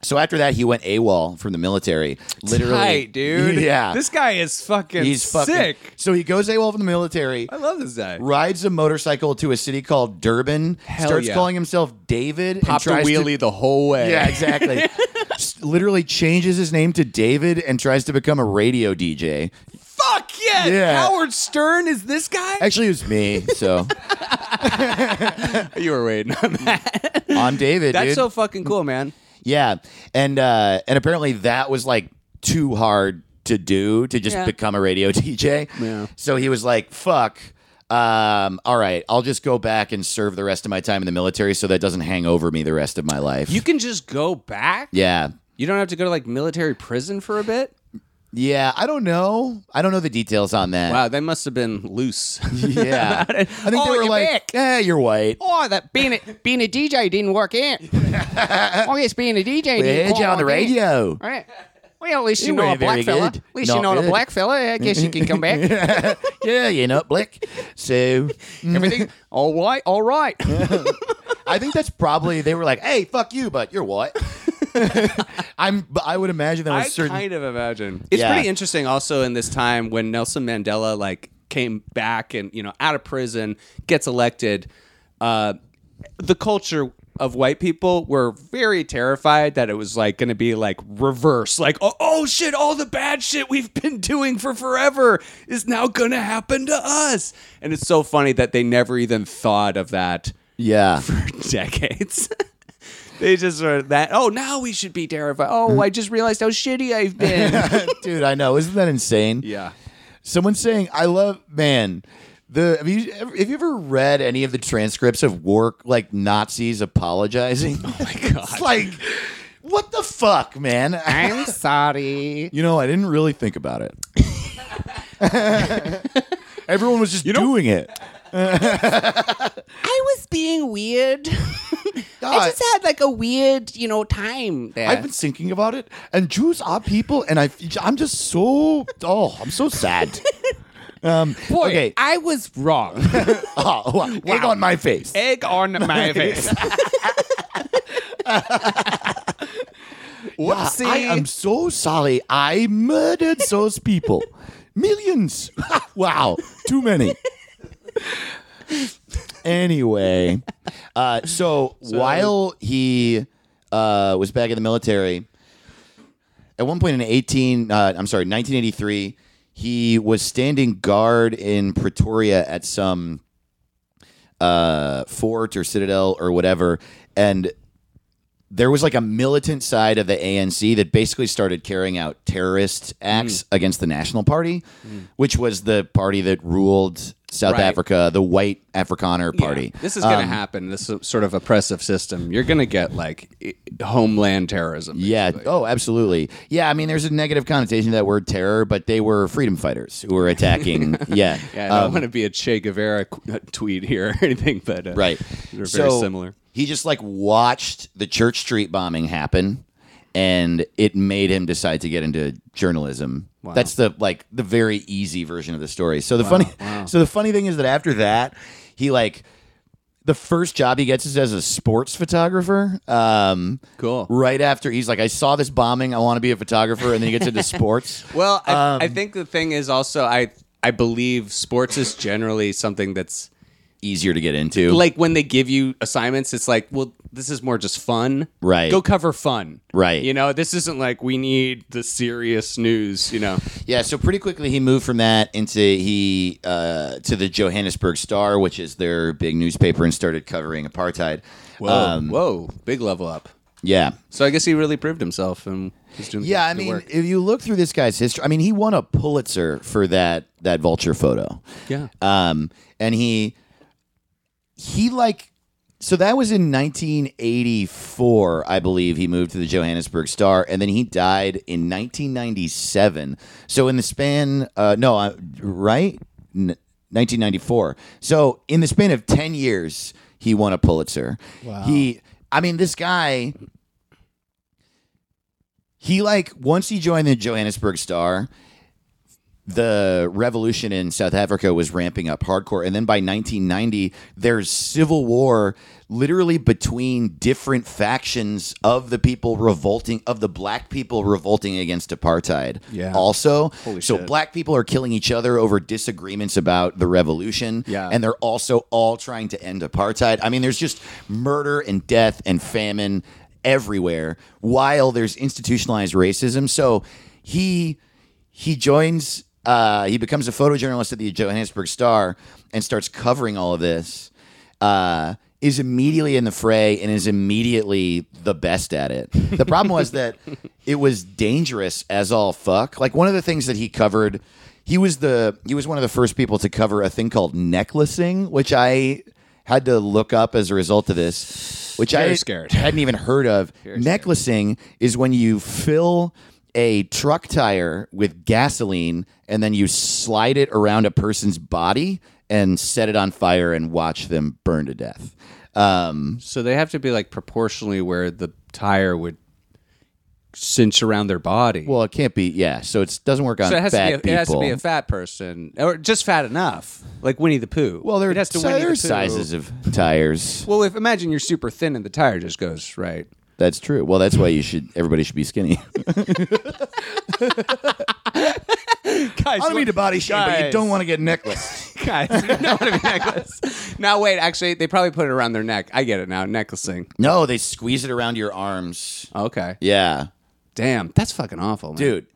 A: so after that he went AWOL from the military. Literally.
C: Tight, dude.
A: Yeah.
C: This guy is fucking
A: He's fucking
C: sick. Uh,
A: So he goes AWOL from the military.
C: I love this guy.
A: Rides a motorcycle to a city called Durban.
C: Hell
A: starts
C: yeah.
A: calling himself David. and
C: Popped a
A: tries to-
C: wheelie the whole way.
A: Yeah, exactly. S- Literally changes his name to David and tries to become a radio DJ.
C: Fuck yeah.
A: Yeah.
C: Howard Stern is this guy?
A: Actually, it was me. So
C: you were waiting on that.
A: I'm David.
C: That's
A: dude.
C: so fucking cool, man.
A: Yeah, and uh, and apparently that was like too hard to do to just
C: Yeah.
A: become a radio DJ.
C: Yeah.
A: So he was like, "Fuck." Um, all right, I'll just go back and serve the rest of my time in the military so that doesn't hang over me the rest of my life.
C: You can just go back.
A: yeah.
C: You don't have to go to like military prison for a bit.
A: Yeah, I don't know. I don't know the details on that.
C: Wow, they must have been loose.
A: Yeah. I think
C: Oh,
A: they were
C: you're
A: like,
C: back.
A: "Yeah, you're white."
C: oh, that being a, being a DJ didn't work out. oh, yes, being a DJ
A: We heard you on the radio.
C: Right. Well, at least
A: You weren't very good. Not good.
C: fella. I guess you can come back.
A: yeah, you're not black. So
C: Everything all right, all right.
A: I think that's probably they were like, "Hey, fuck you," but you're what? I'm. I would imagine that was
C: I
A: certain.
C: kind of imagine. It's
A: Yeah.
C: pretty interesting also in this time when Nelson Mandela like came back and, you know, out of prison, gets elected, uh the culture of white people were very terrified that it was like going to be like reverse like oh, oh shit all the bad shit we've been doing for forever is now going to happen to us and it's so funny that they never even thought of that
A: yeah,
C: for decades. they just were that. Oh, now we should be terrified. Oh, I just realized how shitty I've been.
A: dude, I know. Isn't that insane?
C: yeah.
A: Someone's saying, "I love man." The have you ever, have you ever read any of the transcripts of work like Nazis apologizing? Oh my god! it's like What the fuck, man?
C: I'm sorry.
A: you know, I didn't really think about it. Everyone was just
D: know-
A: doing it.
C: I was being weird. I
A: God.
C: just had like a weird, you know, time there.
A: I've been thinking about it, and Jews are people, and I, I'm just so, oh, I'm so sad. Um,
C: Boy,
A: okay,
C: I was wrong.
A: oh, wow. egg on my face.
C: Egg on my face.
A: Wow,
C: Whoopsie.
A: I am so sorry. I murdered those people. Millions. wow. Too many. anyway, uh, so, while he uh, was back in the military, at one point in 18, uh, I'm sorry, 1983, he was standing guard in Pretoria at some uh, fort or citadel or whatever. And there was like a militant side of the ANC that basically started carrying out terrorist acts
C: Hmm.
A: against the National Party, which was the party that ruled South
C: Right.
A: Africa, the white Afrikaner party. Um,
C: Yeah, This is going to happen. This is sort of oppressive system. You're going to get like i- homeland terrorism.
A: Yeah.
C: basically.
A: Oh, absolutely. Yeah. I mean, there's a negative connotation to that word terror, but they were freedom fighters who were attacking. yeah. Um,
C: Yeah, I don't want to be a Che Guevara qu- tweet here or anything, but uh,
A: Right.
C: they're
A: so
C: very similar.
A: He just like watched the Church Street bombing happen, and it made him decide to get into journalism. That's the like the very easy version of the story. So the funny, so the funny thing is that after that, he like. The first job he gets is as a sports photographer. Um,
C: Cool.
A: Right after he's like, I saw this bombing. I want to be a photographer, and then he gets into sports.
C: Well, I, I
A: Um,
C: think the thing is also I I believe sports is generally something that's
A: Easier to get into.
C: like when they give you assignments, it's like, well, this is more just fun.
A: Right.
C: Go cover fun.
A: Right.
C: You know, this isn't like we need the serious news. You know.
A: Yeah, so pretty quickly he moved from that into he uh, to the Johannesburg Star, which is their big newspaper, and started covering apartheid.
C: Whoa.
A: Um,
C: whoa. Big level up.
A: Yeah,
C: So I guess he really proved himself and he's doing
A: yeah.
C: good
A: I mean,
C: work.
A: if you look through this guy's history, I mean, he won a Pulitzer for that that vulture photo.
C: yeah.
A: Um, and he he like so that was in 1984, I believe he moved to the Johannesburg Star, and then he died in 1997. So in the span, uh, no, uh, right, N- 1994. So in the span of 10 years, he won a Pulitzer. Wow. He, I mean, this guy he like once he joined the Johannesburg Star, the revolution in South Africa was ramping up hardcore, and then by 1990, there's civil war literally between different factions of the people revolting of the black people revolting against apartheid.
C: Yeah.
A: Also, so
C: shit.
A: black people are killing each other over disagreements about the revolution.
C: Yeah.
A: And they're also all trying to end apartheid. I mean, there's just murder and death and famine everywhere while there's institutionalized racism. So he he joins uh, he becomes a photojournalist at the Johannesburg Star and starts covering all of this. Uh, is immediately in the fray and is immediately the best at it. The problem was that it was dangerous as all fuck. Like one of the things that he covered, he was the he was one of the first people to cover a thing called necklacing, which I had to look up as a result of this, which I
C: Very scared.
A: hadn't even heard of. Necklacing is when you fill a truck tire with gasoline and then you slide it around a person's body and set it on fire and watch them burn to death. Um,
C: So they have to be like proportionally where the tire would cinch around their body.
A: well, it can't be, yeah. So it doesn't work on
C: so it has
A: fat
C: to be
A: people.
C: a, it has to be a fat person or just fat enough, like Winnie the Pooh.
A: well, there
C: it has to
A: so
C: Winnie the
A: there are
C: Pooh.
A: sizes of tires.
C: Well, if imagine you're super thin and the tire just goes right.
A: That's true. Well, that's why you should. Everybody should be skinny.
C: Guys, I
A: body
C: but you don't
A: want to get necklaced.
C: guys, you don't want to be necklace. Now wait, actually, they probably put it around their neck. I get it now, necklacing.
A: no, they squeeze it around your arms.
C: Okay,
A: Yeah.
C: damn, that's fucking awful, man.
A: dude.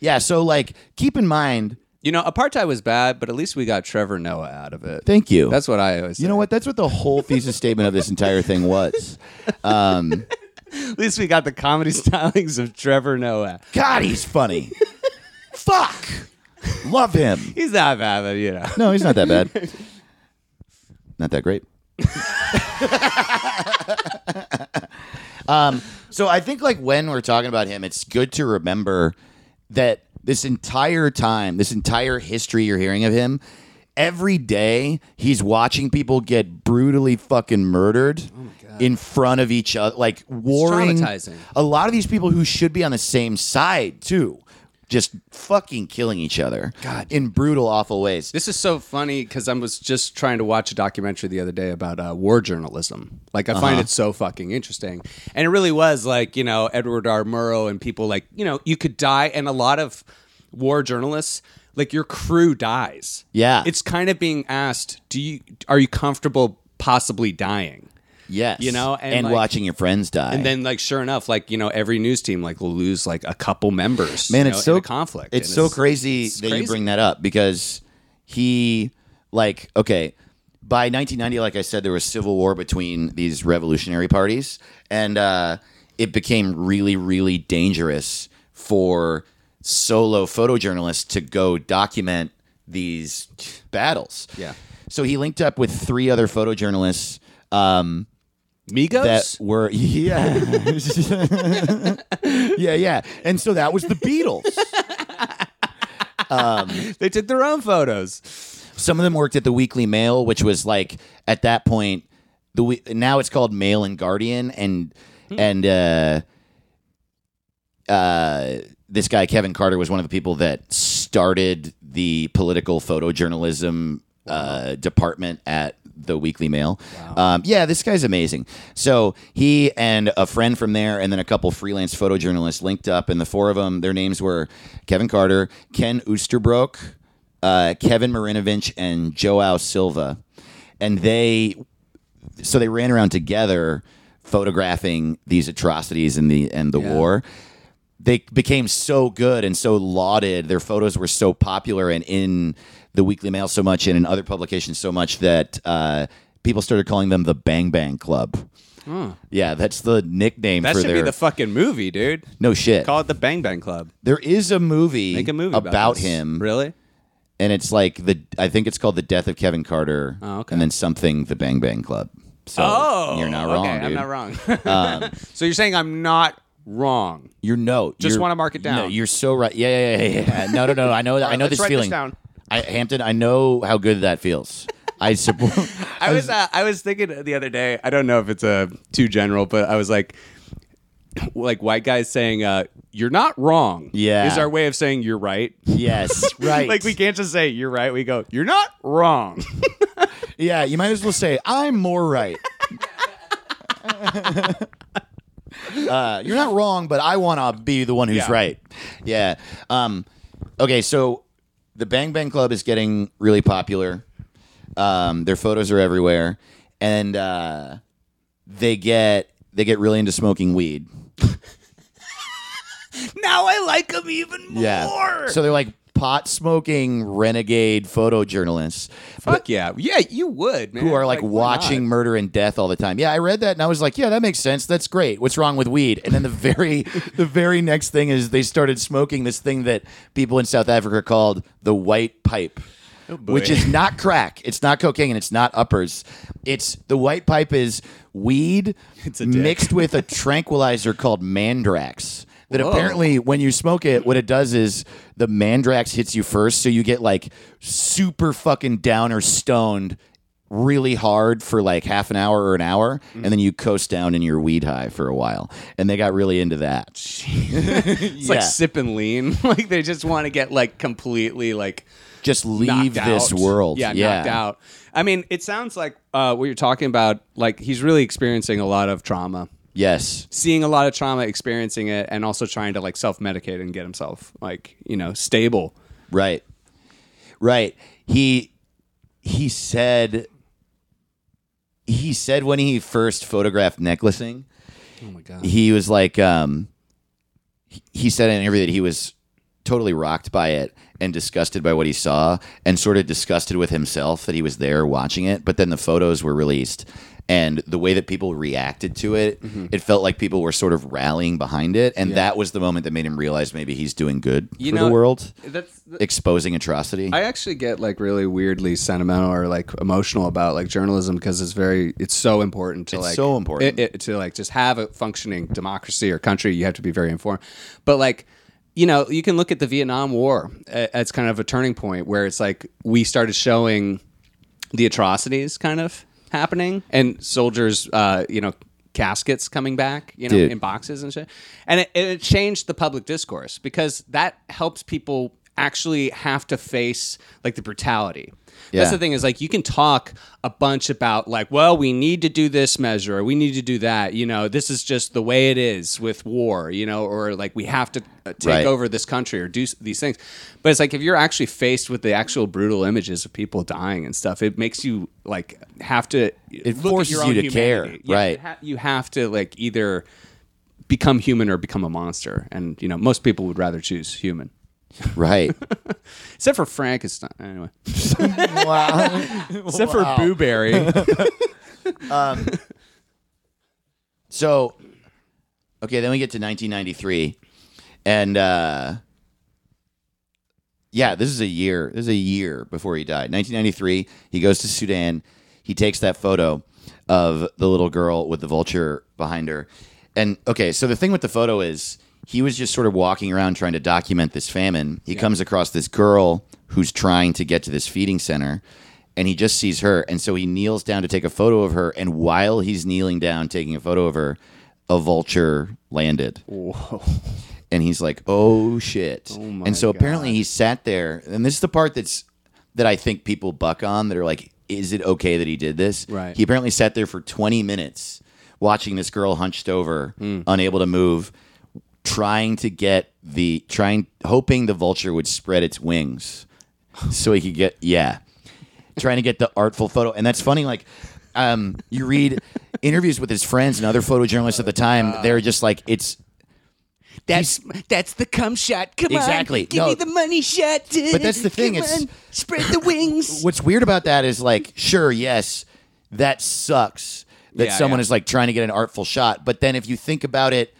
A: Yeah, so like, keep in mind.
C: You know, apartheid was bad, but at least we got Trevor Noah out of it.
A: Thank you.
C: That's what I always.
A: you know what? That's what the whole thesis statement of this entire thing was.
C: At least we got the comedy stylings of Trevor Noah.
A: God, he's funny. Fuck, love him.
C: He's not bad, but you know.
A: No, he's not that bad. Not that great. um, So I think like when we're talking about him, it's good to remember that this entire time, this entire history you're hearing of him, every day he's watching people get brutally fucking murdered in front of each other, like warring.
C: traumatizing.
A: A lot of these people who should be on the same side too, just fucking killing each other God. in brutal, awful ways.
C: This is so funny because I was just trying to watch a documentary the other day about uh, war journalism. Like, I
A: Uh-huh.
C: find it so fucking interesting. And it really was like, you know, Edward R. Murrow and people like, you know, you could die, and a lot of war journalists, like, your crew dies.
A: Yeah.
C: It's kind of being asked, do you, are you comfortable possibly dying?
A: Yes,
C: You know, and,
A: and
C: like-
A: watching your friends die,
C: And then, like, sure enough, like, you know, every news team, like, will lose, like, a couple members.
A: man
C: you
A: it's
C: know,
A: so
C: in a conflict.
A: it's
C: And
A: so crazy
C: it's
A: that you
C: crazy.
A: bring that up because he like okay by 1990 like i said there was civil war between these revolutionary parties and uh, it became really really dangerous for solo photojournalists to go document these battles
C: Yeah.
A: so he linked up with three other photojournalists um,
C: Migos?
A: that were yeah yeah yeah and so that was the beatles
C: they took their own photos.
A: some of them worked at the Weekly Mail, which was like at that point the we- now it's called Mail and Guardian, and and uh, uh, this guy Kevin Carter was one of the people that started the political photojournalism uh, department at the Weekly Mail. Um, yeah, this guy's amazing. So he and a friend from there, and then a couple freelance photojournalists linked up, and the four of them, their names were Kevin Carter, Ken Oosterbrook uh, Kevin Marinovich and Joao Silva, and they so they ran around together photographing these atrocities and the and the war. They became so good and so lauded. Their photos were so popular and in the Weekly Mail so much and in other publications so much that uh, people started calling them the Bang Bang Club. Yeah, that's the nickname
C: Hmm. That
A: for
C: should
A: their
C: be the fucking movie, dude.
A: no shit.
C: Call it the Bang Bang Club.
A: there is a movie,
C: Make a movie
A: about,
C: about, this.
A: him
C: Really?
A: and it's like the I think it's called the death of Kevin Carter,
C: Oh, okay. Oh,
A: and then something the Bang Bang Club. So you're not wrong,
C: Okay,
A: dude. Um,
C: I'm not wrong. so you're saying I'm not wrong.
A: You're no.
C: Just
A: you're-
C: wanna mark it down.
A: No, you're so right. Yeah, yeah, yeah, yeah, yeah. No, no, no. I know. I know
C: let's
A: this
C: write this
A: feeling.
C: down.
A: I, Hampton, I know how good that feels. I support.
C: I was uh, I was thinking the other day. I don't know if it's uh, too general, but I was like, like white guys saying uh, "you're not wrong."
A: Yeah.
C: is our way of saying you're right.
A: yes, right.
C: Like we can't just say you're right. We go you're not wrong.
A: Yeah, you might as well say I'm more right. uh, you're not wrong, but I want to be the one who's
C: Yeah.
A: right. Yeah. Um, okay, so the Bang Bang Club is getting really popular. Um, their photos are everywhere, and uh, they get they get really into smoking weed.
C: now I like them even more.
A: Yeah. So they're like pot smoking renegade photojournalists.
C: fuck yeah, yeah, you would man.
A: who are like,
C: why
A: watching
C: not?
A: murder and death all the time. Yeah, I read that and I was like, yeah, that makes sense. That's great. What's wrong with weed? And then the very the very next thing is they started smoking this thing that people in South Africa called the white pipe.
C: Oh,
A: Which is not crack. It's not cocaine. It's not uppers. It's the white pipe is weed
C: It's a dick.
A: mixed with a tranquilizer called Mandrax. That apparently, when you smoke it, what it does is the Mandrax hits you first, so you get like super fucking down or stoned really hard for like half an hour or an hour, and then you coast down in your weed high for a while. And they got really into that.
C: It's
A: Yeah.
C: like sip and lean. like they just want to get like completely like
A: Just leave
C: knocked
A: this
C: out.
A: world.
C: Yeah, knocked out. I mean, it sounds like uh, what you're talking about. Like he's really experiencing a lot of trauma,
A: Yes.
C: seeing a lot of trauma, experiencing it, and also trying to like self medicate and get himself like you know stable.
A: Right. Right. He he said he said when he first photographed necklacing,
C: Oh my god.
A: he was like um he- he said in an interview that he was totally rocked by it and disgusted by what he saw and sort of disgusted with himself that he was there watching it. But then the photos were released and the way that people reacted to it,
E: Mm-hmm.
A: it felt like people were sort of rallying behind it. And that was the moment that made him realize maybe he's doing good
E: You
A: for
E: know,
A: the world,
E: That's
A: exposing atrocity.
C: I actually get like really weirdly sentimental or like emotional about like journalism because it's very it's so important to
A: It's
C: like
A: so important.
C: it- it- to like just have a functioning democracy or country. You have to be very informed, but like you know you can look at the Vietnam War a- as kind of a turning point where it's like we started showing the atrocities kind of happening and soldiers uh, you know caskets coming back you know
A: Dude.
C: in boxes and shit and it, it changed the public discourse because that helps people actually have to face like the brutality
A: Yeah.
C: that's the thing is like you can talk a bunch about like well we need to do this measure or we need to do that you know this is just the way it is with war you know or like we have to uh, take
A: Right.
C: over this country or do s- these things. But it's like if you're actually faced with the actual brutal images of people dying and stuff, it makes you like have to. uh, It
A: forces you to care, right.
C: you have to like either become human or become a monster, and you know most people would rather choose human,
A: right.
C: except for Frankenstein. Anyway, except for Boo Berry.
A: So, okay, then we get to 1993, and uh, yeah, this is a year. This is a year before he died. 1993, he goes to Sudan. He takes that photo of the little girl with the vulture behind her, and okay, so the thing with the photo is he was just sort of walking around trying to document this famine. He comes across this girl who's trying to get to this feeding center and he just sees her and so he kneels down to take a photo of her and while he's kneeling down taking a photo of her a vulture landed Whoa. and he's like oh shit and so apparently he sat there and this is the part that's that i think people buck on that are like is it okay that he did this
C: Right.
A: he apparently sat there for 20 minutes watching this girl hunched over unable to move trying to get the trying hoping the vulture would spread its wings so he could get yeah trying to get the artful photo. And that's funny, like um, you read interviews with his friends and other photojournalists at the time. They're just like, it's
C: that's that's the cum shot. Come
A: Exactly.
C: give
A: No.
C: me the money shot.
A: But that's the thing,
C: Come
A: it's-
C: on, spread the wings.
A: what's weird about that is like, sure, yes, that sucks that
C: Yeah,
A: someone
C: yeah.
A: is like trying to get an artful shot. But then if you think about it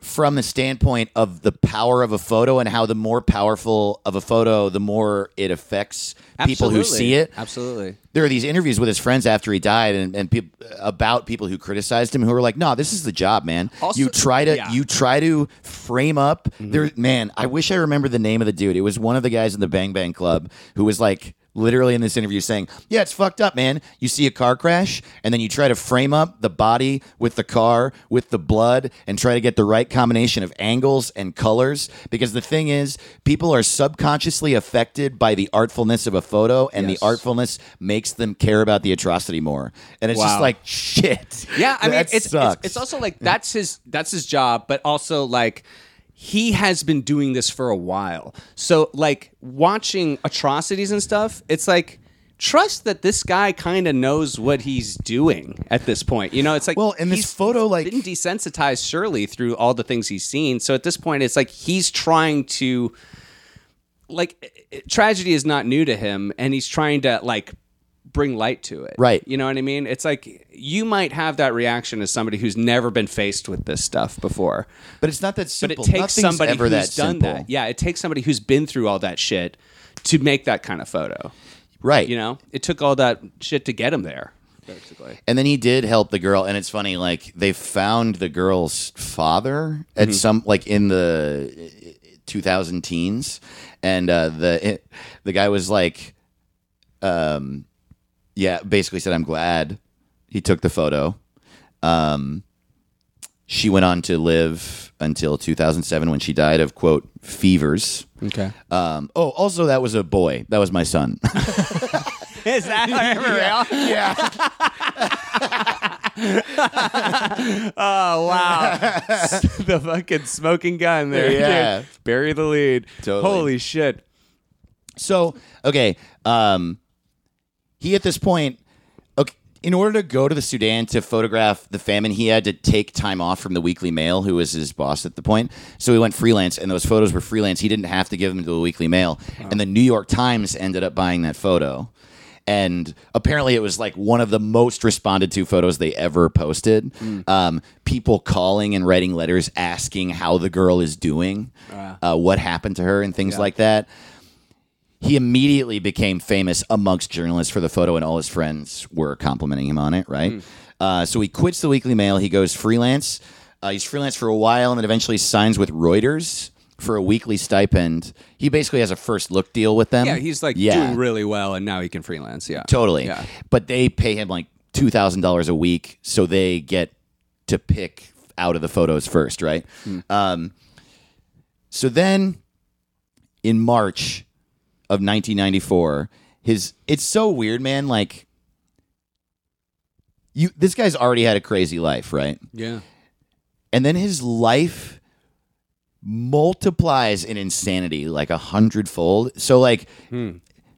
A: from the standpoint of the power of a photo and how the more powerful of a photo, the more it affects people who see it.
C: absolutely.
A: there are these interviews with his friends after he died and, and peop about people who criticized him who were like no this is the job man
C: Also-
A: you try to
C: yeah. Mm-hmm.
A: you try to frame up there man i wish i remember the name of the dude it was one of the guys in the bang bang club who was like literally in this interview saying yeah it's fucked up man you see a car crash and then you try to frame up the body with the car with the blood and try to get the right combination of angles and colors because the thing is people are subconsciously affected by the artfulness of a photo and the
C: Yes.
A: artful mindfulness makes them care about the atrocity more. And it's just
C: Wow.
A: like shit.
C: Yeah, I mean,
A: That
C: it's, it's
A: sucks.
C: it's also like that's his that's his job, but also like he has been doing this for a while. So like watching atrocities and stuff, it's like trust that this guy kind of knows what he's doing at this point. You know, it's like
A: Well, and this
C: he's
A: photo, like-
C: been desensitized surely through all the things he's seen. So at this point, it's like he's trying to like i- i- tragedy is not new to him and he's trying to like bring light to it
A: Right.
C: you know what i mean it's like you might have that reaction as somebody who's never been faced with this stuff before
A: but it's not that
C: but
A: simple.
C: it takes
A: Nothing's
C: somebody
A: ever
C: who's
A: that
C: done
A: simple.
C: that yeah it takes somebody who's been through all that shit to make that kind of photo
A: Right.
C: you know it took all that shit to get him there basically
A: And then he did help the girl, and it's funny. Like they found the girl's father at some, like in the uh, 2000 teens, and uh, the it, the guy was like, um, yeah, basically said, "I'm glad he took the photo." Um, she went on to live until 2007 when she died of quote fevers.
C: okay
A: Um, oh, also that was a boy. That was my son.
C: is that ever real
A: yeah.
C: oh wow the fucking smoking gun there
A: Yeah.
C: dude. bury the lead
A: Totally.
C: holy shit
A: So okay, um, he at this point, okay, in order to go to the Sudan to photograph the famine, he had to take time off from the Weekly Mail, who was his boss at the point. So he went freelance, and those photos were freelance. He didn't have to give them to the Weekly Mail. And the New York Times ended up buying that photo. And apparently, it was like one of the most responded to photos they ever posted. Um, people calling and writing letters asking how the girl is doing, uh, what happened to her, and things like that he immediately became famous amongst journalists for the photo, and all his friends were complimenting him on it,
F: Hmm.
A: right? Uh, so he quits the Weekly Mail. He goes freelance. Uh, he's freelance for a while and then eventually signs with Reuters for a weekly stipend. He basically has a first look deal with them.
F: Yeah, he's like
A: Yeah.
F: doing really well, and now he can freelance. Yeah,
A: Totally.
F: Yeah.
A: But they pay him like two thousand dollars a week, so they get to pick out of the photos first, right?
F: Hmm.
A: Um, so then, in March of 1994, his it's so weird, man. Like you, this guy's already had a crazy life, right?
F: yeah.
A: and then his life multiplies in insanity like a hundredfold. So like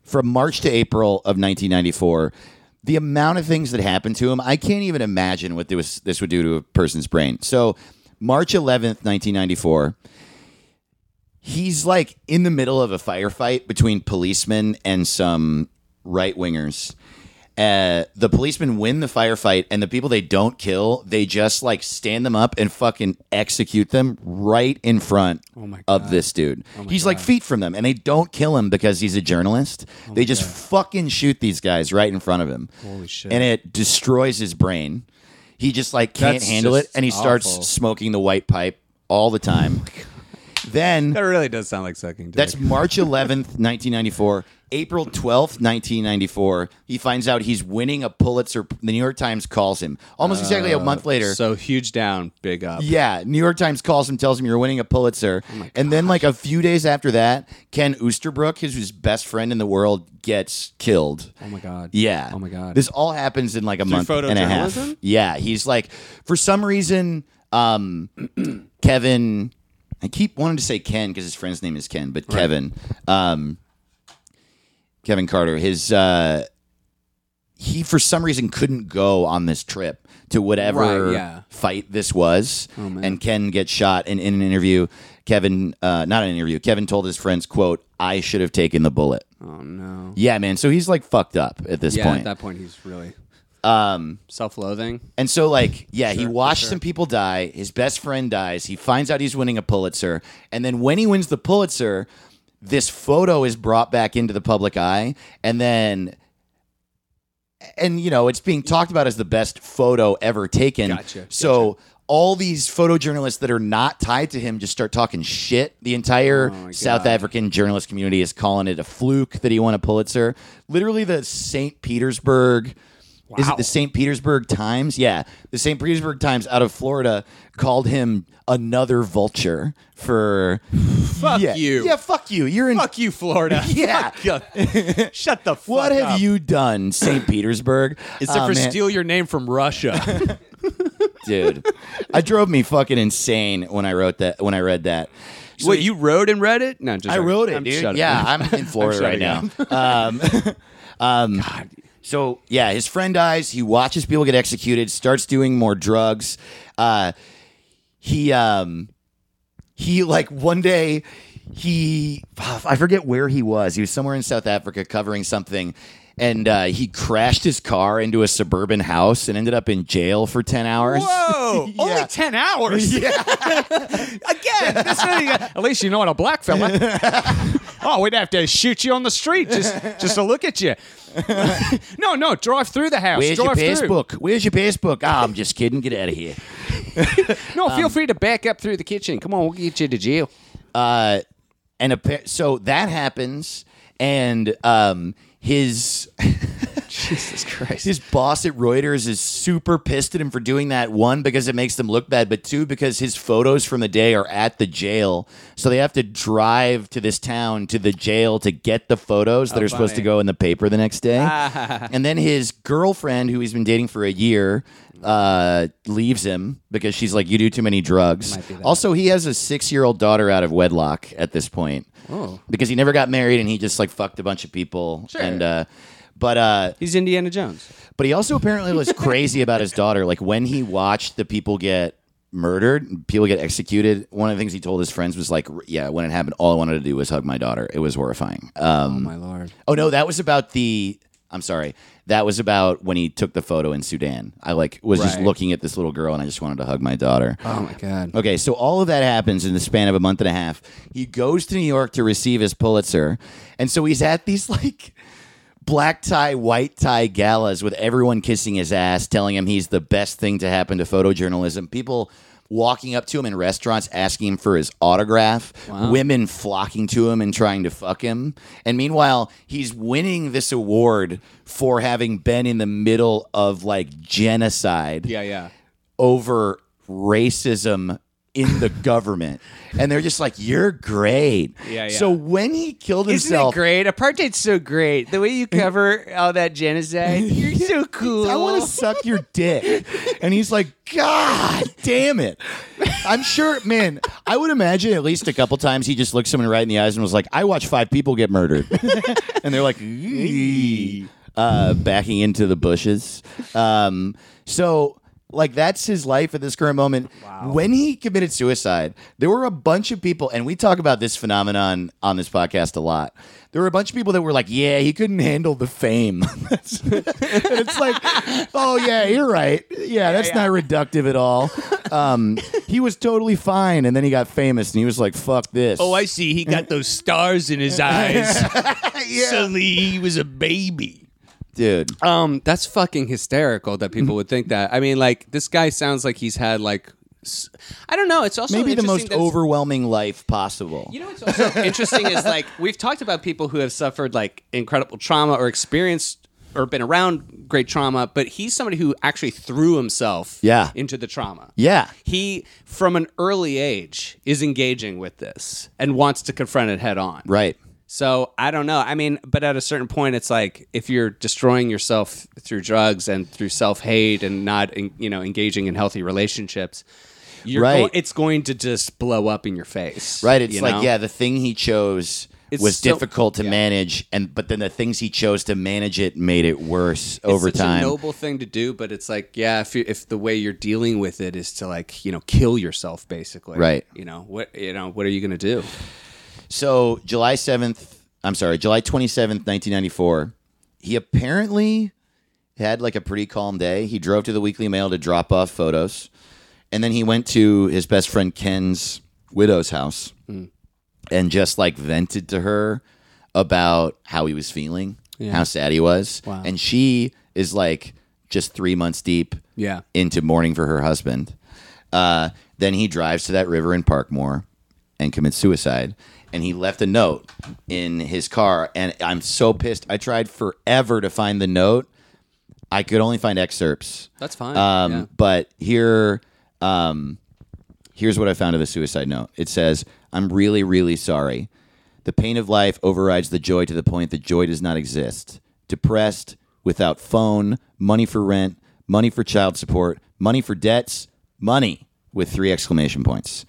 A: from March to April of 1994, the amount of things that happened to him, I can't even imagine what this this would do to a person's brain. So March 11th, 1994, he's like in the middle of a firefight between policemen and some right wingers. Uh, the policemen win the firefight, and the people they don't kill, they just like stand them up and fucking execute them right in front
F: Oh,
A: of this dude. he's like feet from them, and they don't kill him because he's a journalist.
F: Oh
A: they just fucking shoot these guys right in front of him. Holy shit. And it destroys his brain. He just like can't
F: That's
A: handle it,
F: just
A: and he
F: awful. Oh
A: starts smoking the white pipe all the time. then
F: That really does sound like sucking. Dick.
A: that's March 11th, 1994. April 12th, 1994, he finds out he's winning a Pulitzer. The New York Times calls him almost exactly a month later.
F: so huge down, big up.
A: yeah, New York Times calls him, tells him you're winning a Pulitzer. and then, like a few days after that, Ken Oosterbrook, his, his best friend in the world, gets killed.
F: Oh my god.
A: Yeah.
F: Oh my god.
A: This all happens in like a month and a half.
F: photojournalism?
A: Yeah. He's like, for some reason, um, Kevin. I keep wanting to say Ken because his friend's name is Ken, but Kevin, um, Kevin Carter. His uh, he for some reason couldn't go on this trip to whatever
F: Right, yeah. Oh,
A: fight this was, and Ken gets shot. And in an interview, Kevin, uh, not an interview, Kevin told his friends, "quote I should have taken the bullet."
F: oh no.
A: Yeah, man. So he's like fucked up at this
F: yeah.
A: point.
F: At that point, he's really um self-loathing.
A: And so, like, yeah, he watched some people die. His best friend dies. He finds out he's winning a Pulitzer. And then when he wins the Pulitzer, this photo is brought back into the public eye. And then, and, you know, it's being talked about as the best photo ever taken.
F: Gotcha.
A: So, all these photojournalists that are not tied to him just start talking shit. The
F: Oh
A: entire South African journalist community is calling it a fluke that he won a Pulitzer. Literally, the St. Petersburg. Is it the St. Petersburg Times? Yeah, the St. Petersburg Times out of Florida called him another vulture for. fuck yeah.
F: you.
A: Yeah, fuck you. You're in.
F: Fuck you, Florida.
A: Yeah.
F: Fuck you. Shut the fuck
A: what have
F: up.
A: you done, St. Petersburg?
F: Except
A: Oh,
F: for
A: man.
F: steal your name from Russia.
A: dude. I drove me fucking insane when I wrote that. When I read that. So
F: what you wrote and read it? No, just
A: I
F: joking.
A: wrote it,
F: I'm
A: dude.
F: shutting
A: yeah,
F: up.
A: I'm in Florida right now.
F: shutting
A: Um, um, So yeah, his friend dies. He watches people get executed. Starts doing more drugs. Uh, he um, he like one day he I forget where he was. He was somewhere in South Africa covering something. And uh, he crashed his car into a suburban house and ended up in jail for ten hours.
F: Whoa!
A: Yeah.
F: Only ten hours.
A: Yeah.
F: Again, that's not even- at least you know what a black fella. oh, we'd have to shoot you on the street just just to look at you. no, no, drive through the house.
A: Where's your
F: drive through.
A: passbook? Where's your passbook? Ah, I'm just kidding. Get out of here.
F: No, feel
A: Um,
F: free to back up through the kitchen. Come on, we'll get you to jail.
A: uh, and appa- so that happens, and um, his
F: Jesus Christ.
A: his boss at Reuters is super pissed at him for doing that. One because it makes them look bad, but two because his photos from the day are at the jail, so they have to drive to this town to the jail to get the photos that are supposed to go in the paper the next day. and then his girlfriend, who he's been dating for a year. Uh, leaves him because she's like, You do too many drugs. Also, he has a six year old daughter out of wedlock at this point because he never got married and he just like fucked a bunch of people. And uh, But uh,
C: He's Indiana Jones.
A: but he also apparently was crazy about his daughter. Like when he watched the people get murdered, people get executed. One of the things he told his friends was like, "Yeah, when it happened, all I wanted to do was hug my daughter. It was horrifying." Um,
C: My lord.
A: Oh no, that was about the. I'm sorry. That was about when he took the photo in Sudan. I like was just
C: Right.
A: looking at this little girl and I just wanted to hug my daughter.
C: Oh my god.
A: Okay, so all of that happens in the span of a month and a half. He goes to New York to receive his Pulitzer, and so he's at these like black tie, white tie galas with everyone kissing his ass, telling him he's the best thing to happen to photojournalism. People walking up to him in restaurants asking him for his autograph, women flocking to him and trying to fuck him. And meanwhile, he's winning this award for having been in the middle of like genocide
C: Yeah, yeah.
A: over racism in the government. And they're just like, you're great.
C: Yeah, yeah.
A: So when he killed
C: Isn't that
A: himself,
C: great? Apartheid's so great. The way you cover all that genocide, you're so cool.
A: I want to suck your dick. And he's like, God damn it. I'm sure, man, I would imagine at least a couple times he just looked someone right in the eyes and was like, I watched five people get murdered. and they're like, "Eee," uh, backing into the bushes. Um, so. Like that's his life at this current moment. When he committed suicide, there were a bunch of people, and we talk about this phenomenon on this podcast a lot. There were a bunch of people that were like, "Yeah, he couldn't handle the fame." That's- and it's like, oh yeah, you're right. Yeah, that's not reductive at all. Um, he was totally fine, and then he got famous, and he was like, "Fuck this."
G: Oh, I see. He got those stars in his eyes. Suddenly, he was a baby.
A: dude.
C: Um, that's fucking hysterical that people would think that. I mean, like this guy sounds like he's had like, s- I don't know. It's also
A: Maybe the
C: interesting
A: most
C: that it's-
A: overwhelming life possible.
C: You know what's also interesting is like we've talked about people who have suffered like incredible trauma or experienced or been around great trauma, but he's somebody who actually threw himself
A: Yeah.
C: into the trauma.
A: yeah,
C: He from an early age is engaging with this and wants to confront it head on.
A: right.
C: So I don't know. I mean, but at a certain point, it's like if you're destroying yourself through drugs and through self hate and not, en- you know, engaging in healthy relationships, you're
A: Right.
C: go- it's going to just blow up in your face.
A: Right. It's
C: you
A: like,
C: know?
A: yeah, the thing he chose
C: It's
A: was
C: so-
A: difficult to
C: yeah.
A: manage, and but then the things he chose to manage it made it worse
C: It's
A: over
C: such
A: time.
C: a noble thing to do, but it's like, yeah, if you, if the way you're dealing with it is to like, you know, kill yourself, basically,
A: Right.
C: You know what? You know what are you going to do?
A: So July seventh, I'm sorry, July twenty seventh, nineteen ninety four. He apparently had like a pretty calm day. He drove to the Weekly Mail to drop off photos, and then he went to his best friend Ken's widow's house and just like vented to her about how he was feeling, how sad he was, and she is like just three months deep
C: Yeah.
A: into mourning for her husband. Uh, then he drives to that river in Parkmore and commits suicide. And he left a note in his car. And I'm so pissed. I tried forever to find the note. I could only find excerpts.
C: That's fine.
A: Um,
C: yeah.
A: But here, um, here's what I found of the suicide note. It says, "I'm really, really sorry. The pain of life overrides the joy to the point that joy does not exist. Depressed, without phone, money for rent, money for child support, money for debts, money." With three exclamation points.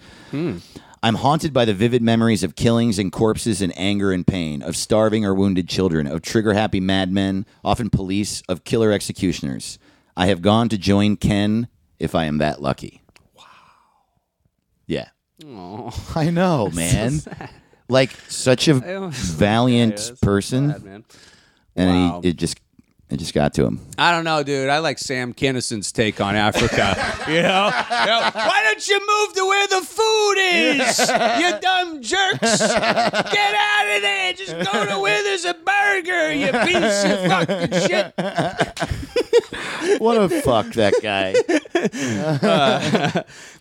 A: I'm haunted by the vivid memories of killings and corpses and anger and pain, of starving or wounded children, of trigger happy madmen, often police, of killer executioners. I have gone to join Ken if I am that lucky. Wow. Yeah. I know, man. like such a valiant person.
C: man.
A: and
C: Wow.
A: he, it just it just got to him.
C: I don't know, dude. I like Sam Kinnison's take on Africa. you, know? You know, Why don't you move to where the food is? You dumb jerks! Get out of there! Just go to where there's a burger. You piece of fucking shit.
A: What a fuck that guy.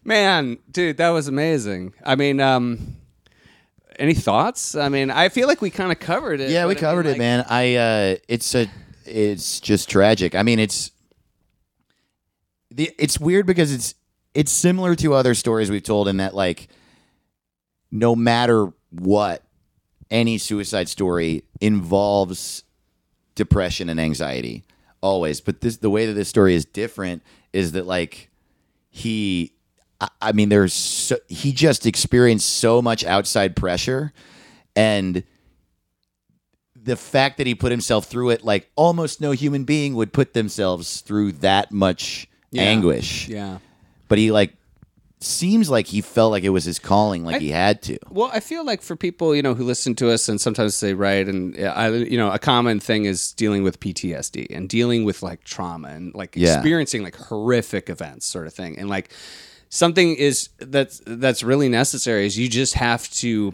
C: Man, dude, that was amazing. I mean, um, any thoughts? I mean, I feel like we kind of covered it.
A: Yeah, we
C: but I mean,
A: covered it,
C: like-
A: man. I uh it's a it's just tragic. I mean, it's the it's weird because it's it's similar to other stories we've told in that like no matter what any suicide story involves depression and anxiety always, but this the way that this story is different is that like he I, I mean there's so, he just experienced so much outside pressure and the fact that he put himself through it, like almost no human being would put themselves through that much anguish.
C: Yeah.
A: But he like seems like he felt like it was his calling, like he had to.
C: Well, I feel like for people, you know, who listen to us and sometimes they write and uh, I, you know, a common thing is dealing with PTSD and dealing with like trauma and like
A: Yeah.
C: experiencing like horrific events sort of thing. And like something is that's that's really necessary is you just have to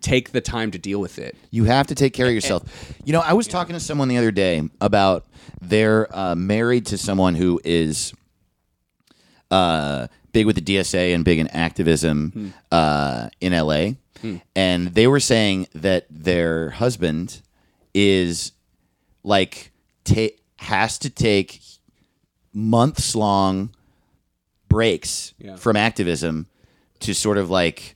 C: take the time to deal with it.
A: You have to take care of yourself. You know, I was talking to someone the other day about they're uh, married to someone who is uh, big with the DSA and big in activism uh, in LA. And they were saying that their husband is like, ta- has to take months long breaks from activism to sort of like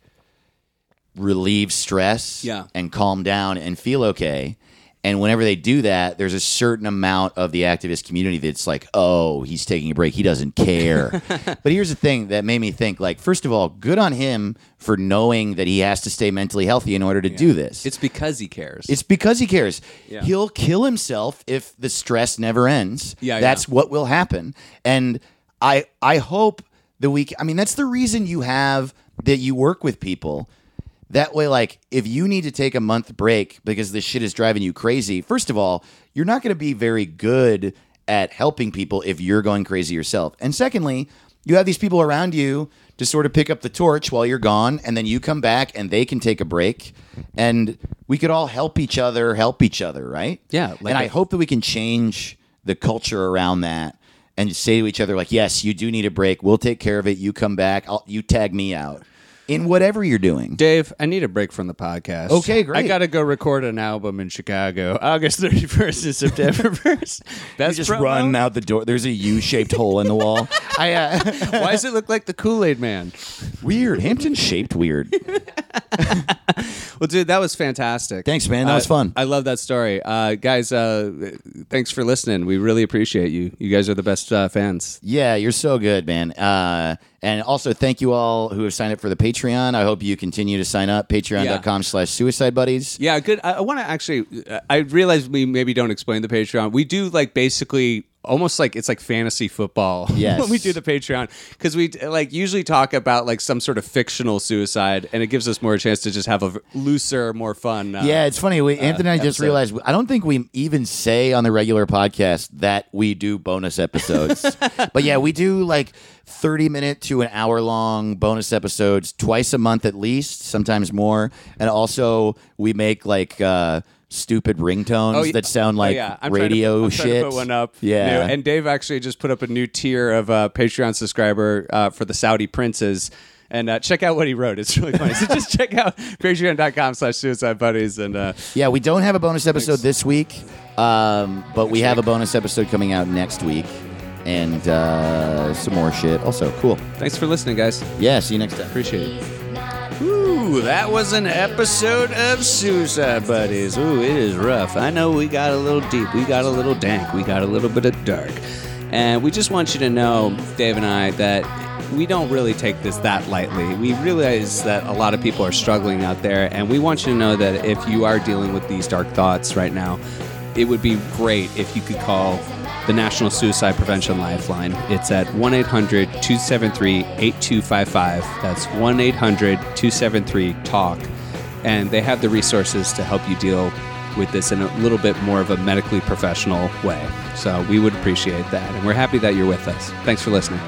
A: relieve stress
C: Yeah.
A: and calm down and feel okay. And whenever they do that, there's a certain amount of the activist community that's like, oh, he's taking a break. He doesn't care. but here's the thing that made me think like, first of all, good on him for knowing that he has to stay mentally healthy in order to do this.
C: It's because he cares.
A: It's because he cares. He'll kill himself if the stress never ends.
C: Yeah,
A: that's what will happen. And I I hope the week. I mean, that's the reason you have that you work with people. That way, like, if you need to take a month break because this shit is driving you crazy, first of all, you're not going to be very good at helping people if you're going crazy yourself. And secondly, you have these people around you to sort of pick up the torch while you're gone, and then you come back and they can take a break. And we could all help each other, help each other, right?
C: Yeah, like
A: and I
C: a-
A: hope that we can change the culture around that and just say to each other, like, yes, you do need a break. We'll take care of it. You come back. I'll, you tag me out in whatever you're doing.
C: Dave, I need a break from the podcast.
A: Okay, great.
C: I got to go record an album in Chicago, August 31st and September 1st. That's
A: just run out the door. There's a U-shaped hole in the wall. I uh,
C: Why does it look like the Kool Aid Man?
A: weird Hampton shaped weird.
C: Well, dude, that was fantastic.
A: Thanks, man. That was
C: Uh,
A: fun.
C: I love that story. Uh, guys, uh, thanks for listening. We really appreciate you. You guys are the best uh, fans.
A: Yeah, you're so good, man. Uh, and also, thank you all who have signed up for the Patreon. I hope you continue to sign up. Patreon.com slash Suicide Buddies.
C: Yeah, good. I, I want to actually. uh, I realize we maybe don't explain the Patreon. We do like basically almost like it's like fantasy football
A: Yes.
C: when we do the Patreon because we uh, like usually talk about like some sort of fictional suicide, and it gives us more chance to just have a v- looser, more fun. Uh,
A: Yeah, it's funny. We, Anthony and I just realized I don't think we even say on the regular podcast that we do bonus episodes. but yeah, we do like 30 minute to an hour long bonus episodes twice a month at least, sometimes more. And also, we make like uh, stupid ringtones
C: yeah.
A: that sound
C: Oh,
A: like
C: yeah. I'm trying to-
A: radio
C: I'm trying to
A: shit.
C: put one up.
A: Yeah.
C: new. And Dave actually just put up a new tier of uh, Patreon subscriber uh, for the Saudi princes. And uh, check out what he wrote. It's really funny. so just check out patreon.com slash suicide buddies. And uh,
A: Yeah, we don't have a bonus episode this week, um, but we have a bonus episode coming out next week and uh, some more shit. Also, cool.
C: thanks for listening, guys.
A: Yeah, see you next time.
C: Appreciate it.
H: Not
C: Ooh, that was an episode of Suicide Buddies. Ooh, it is rough. I know we got a little deep, we got a little dank, we got a little bit of dark. And we just want you to know, Dave and I, that we don't really take this that lightly. We realize that a lot of people are struggling out there, and we want you to know that if you are dealing with these dark thoughts right now, it would be great if you could call the National Suicide Prevention Lifeline. It's at 1 800 273 8255. That's 1 800 273 TALK. And they have the resources to help you deal with this in a little bit more of a medically professional way. So we would appreciate that. And we're happy that you're with us. Thanks for listening.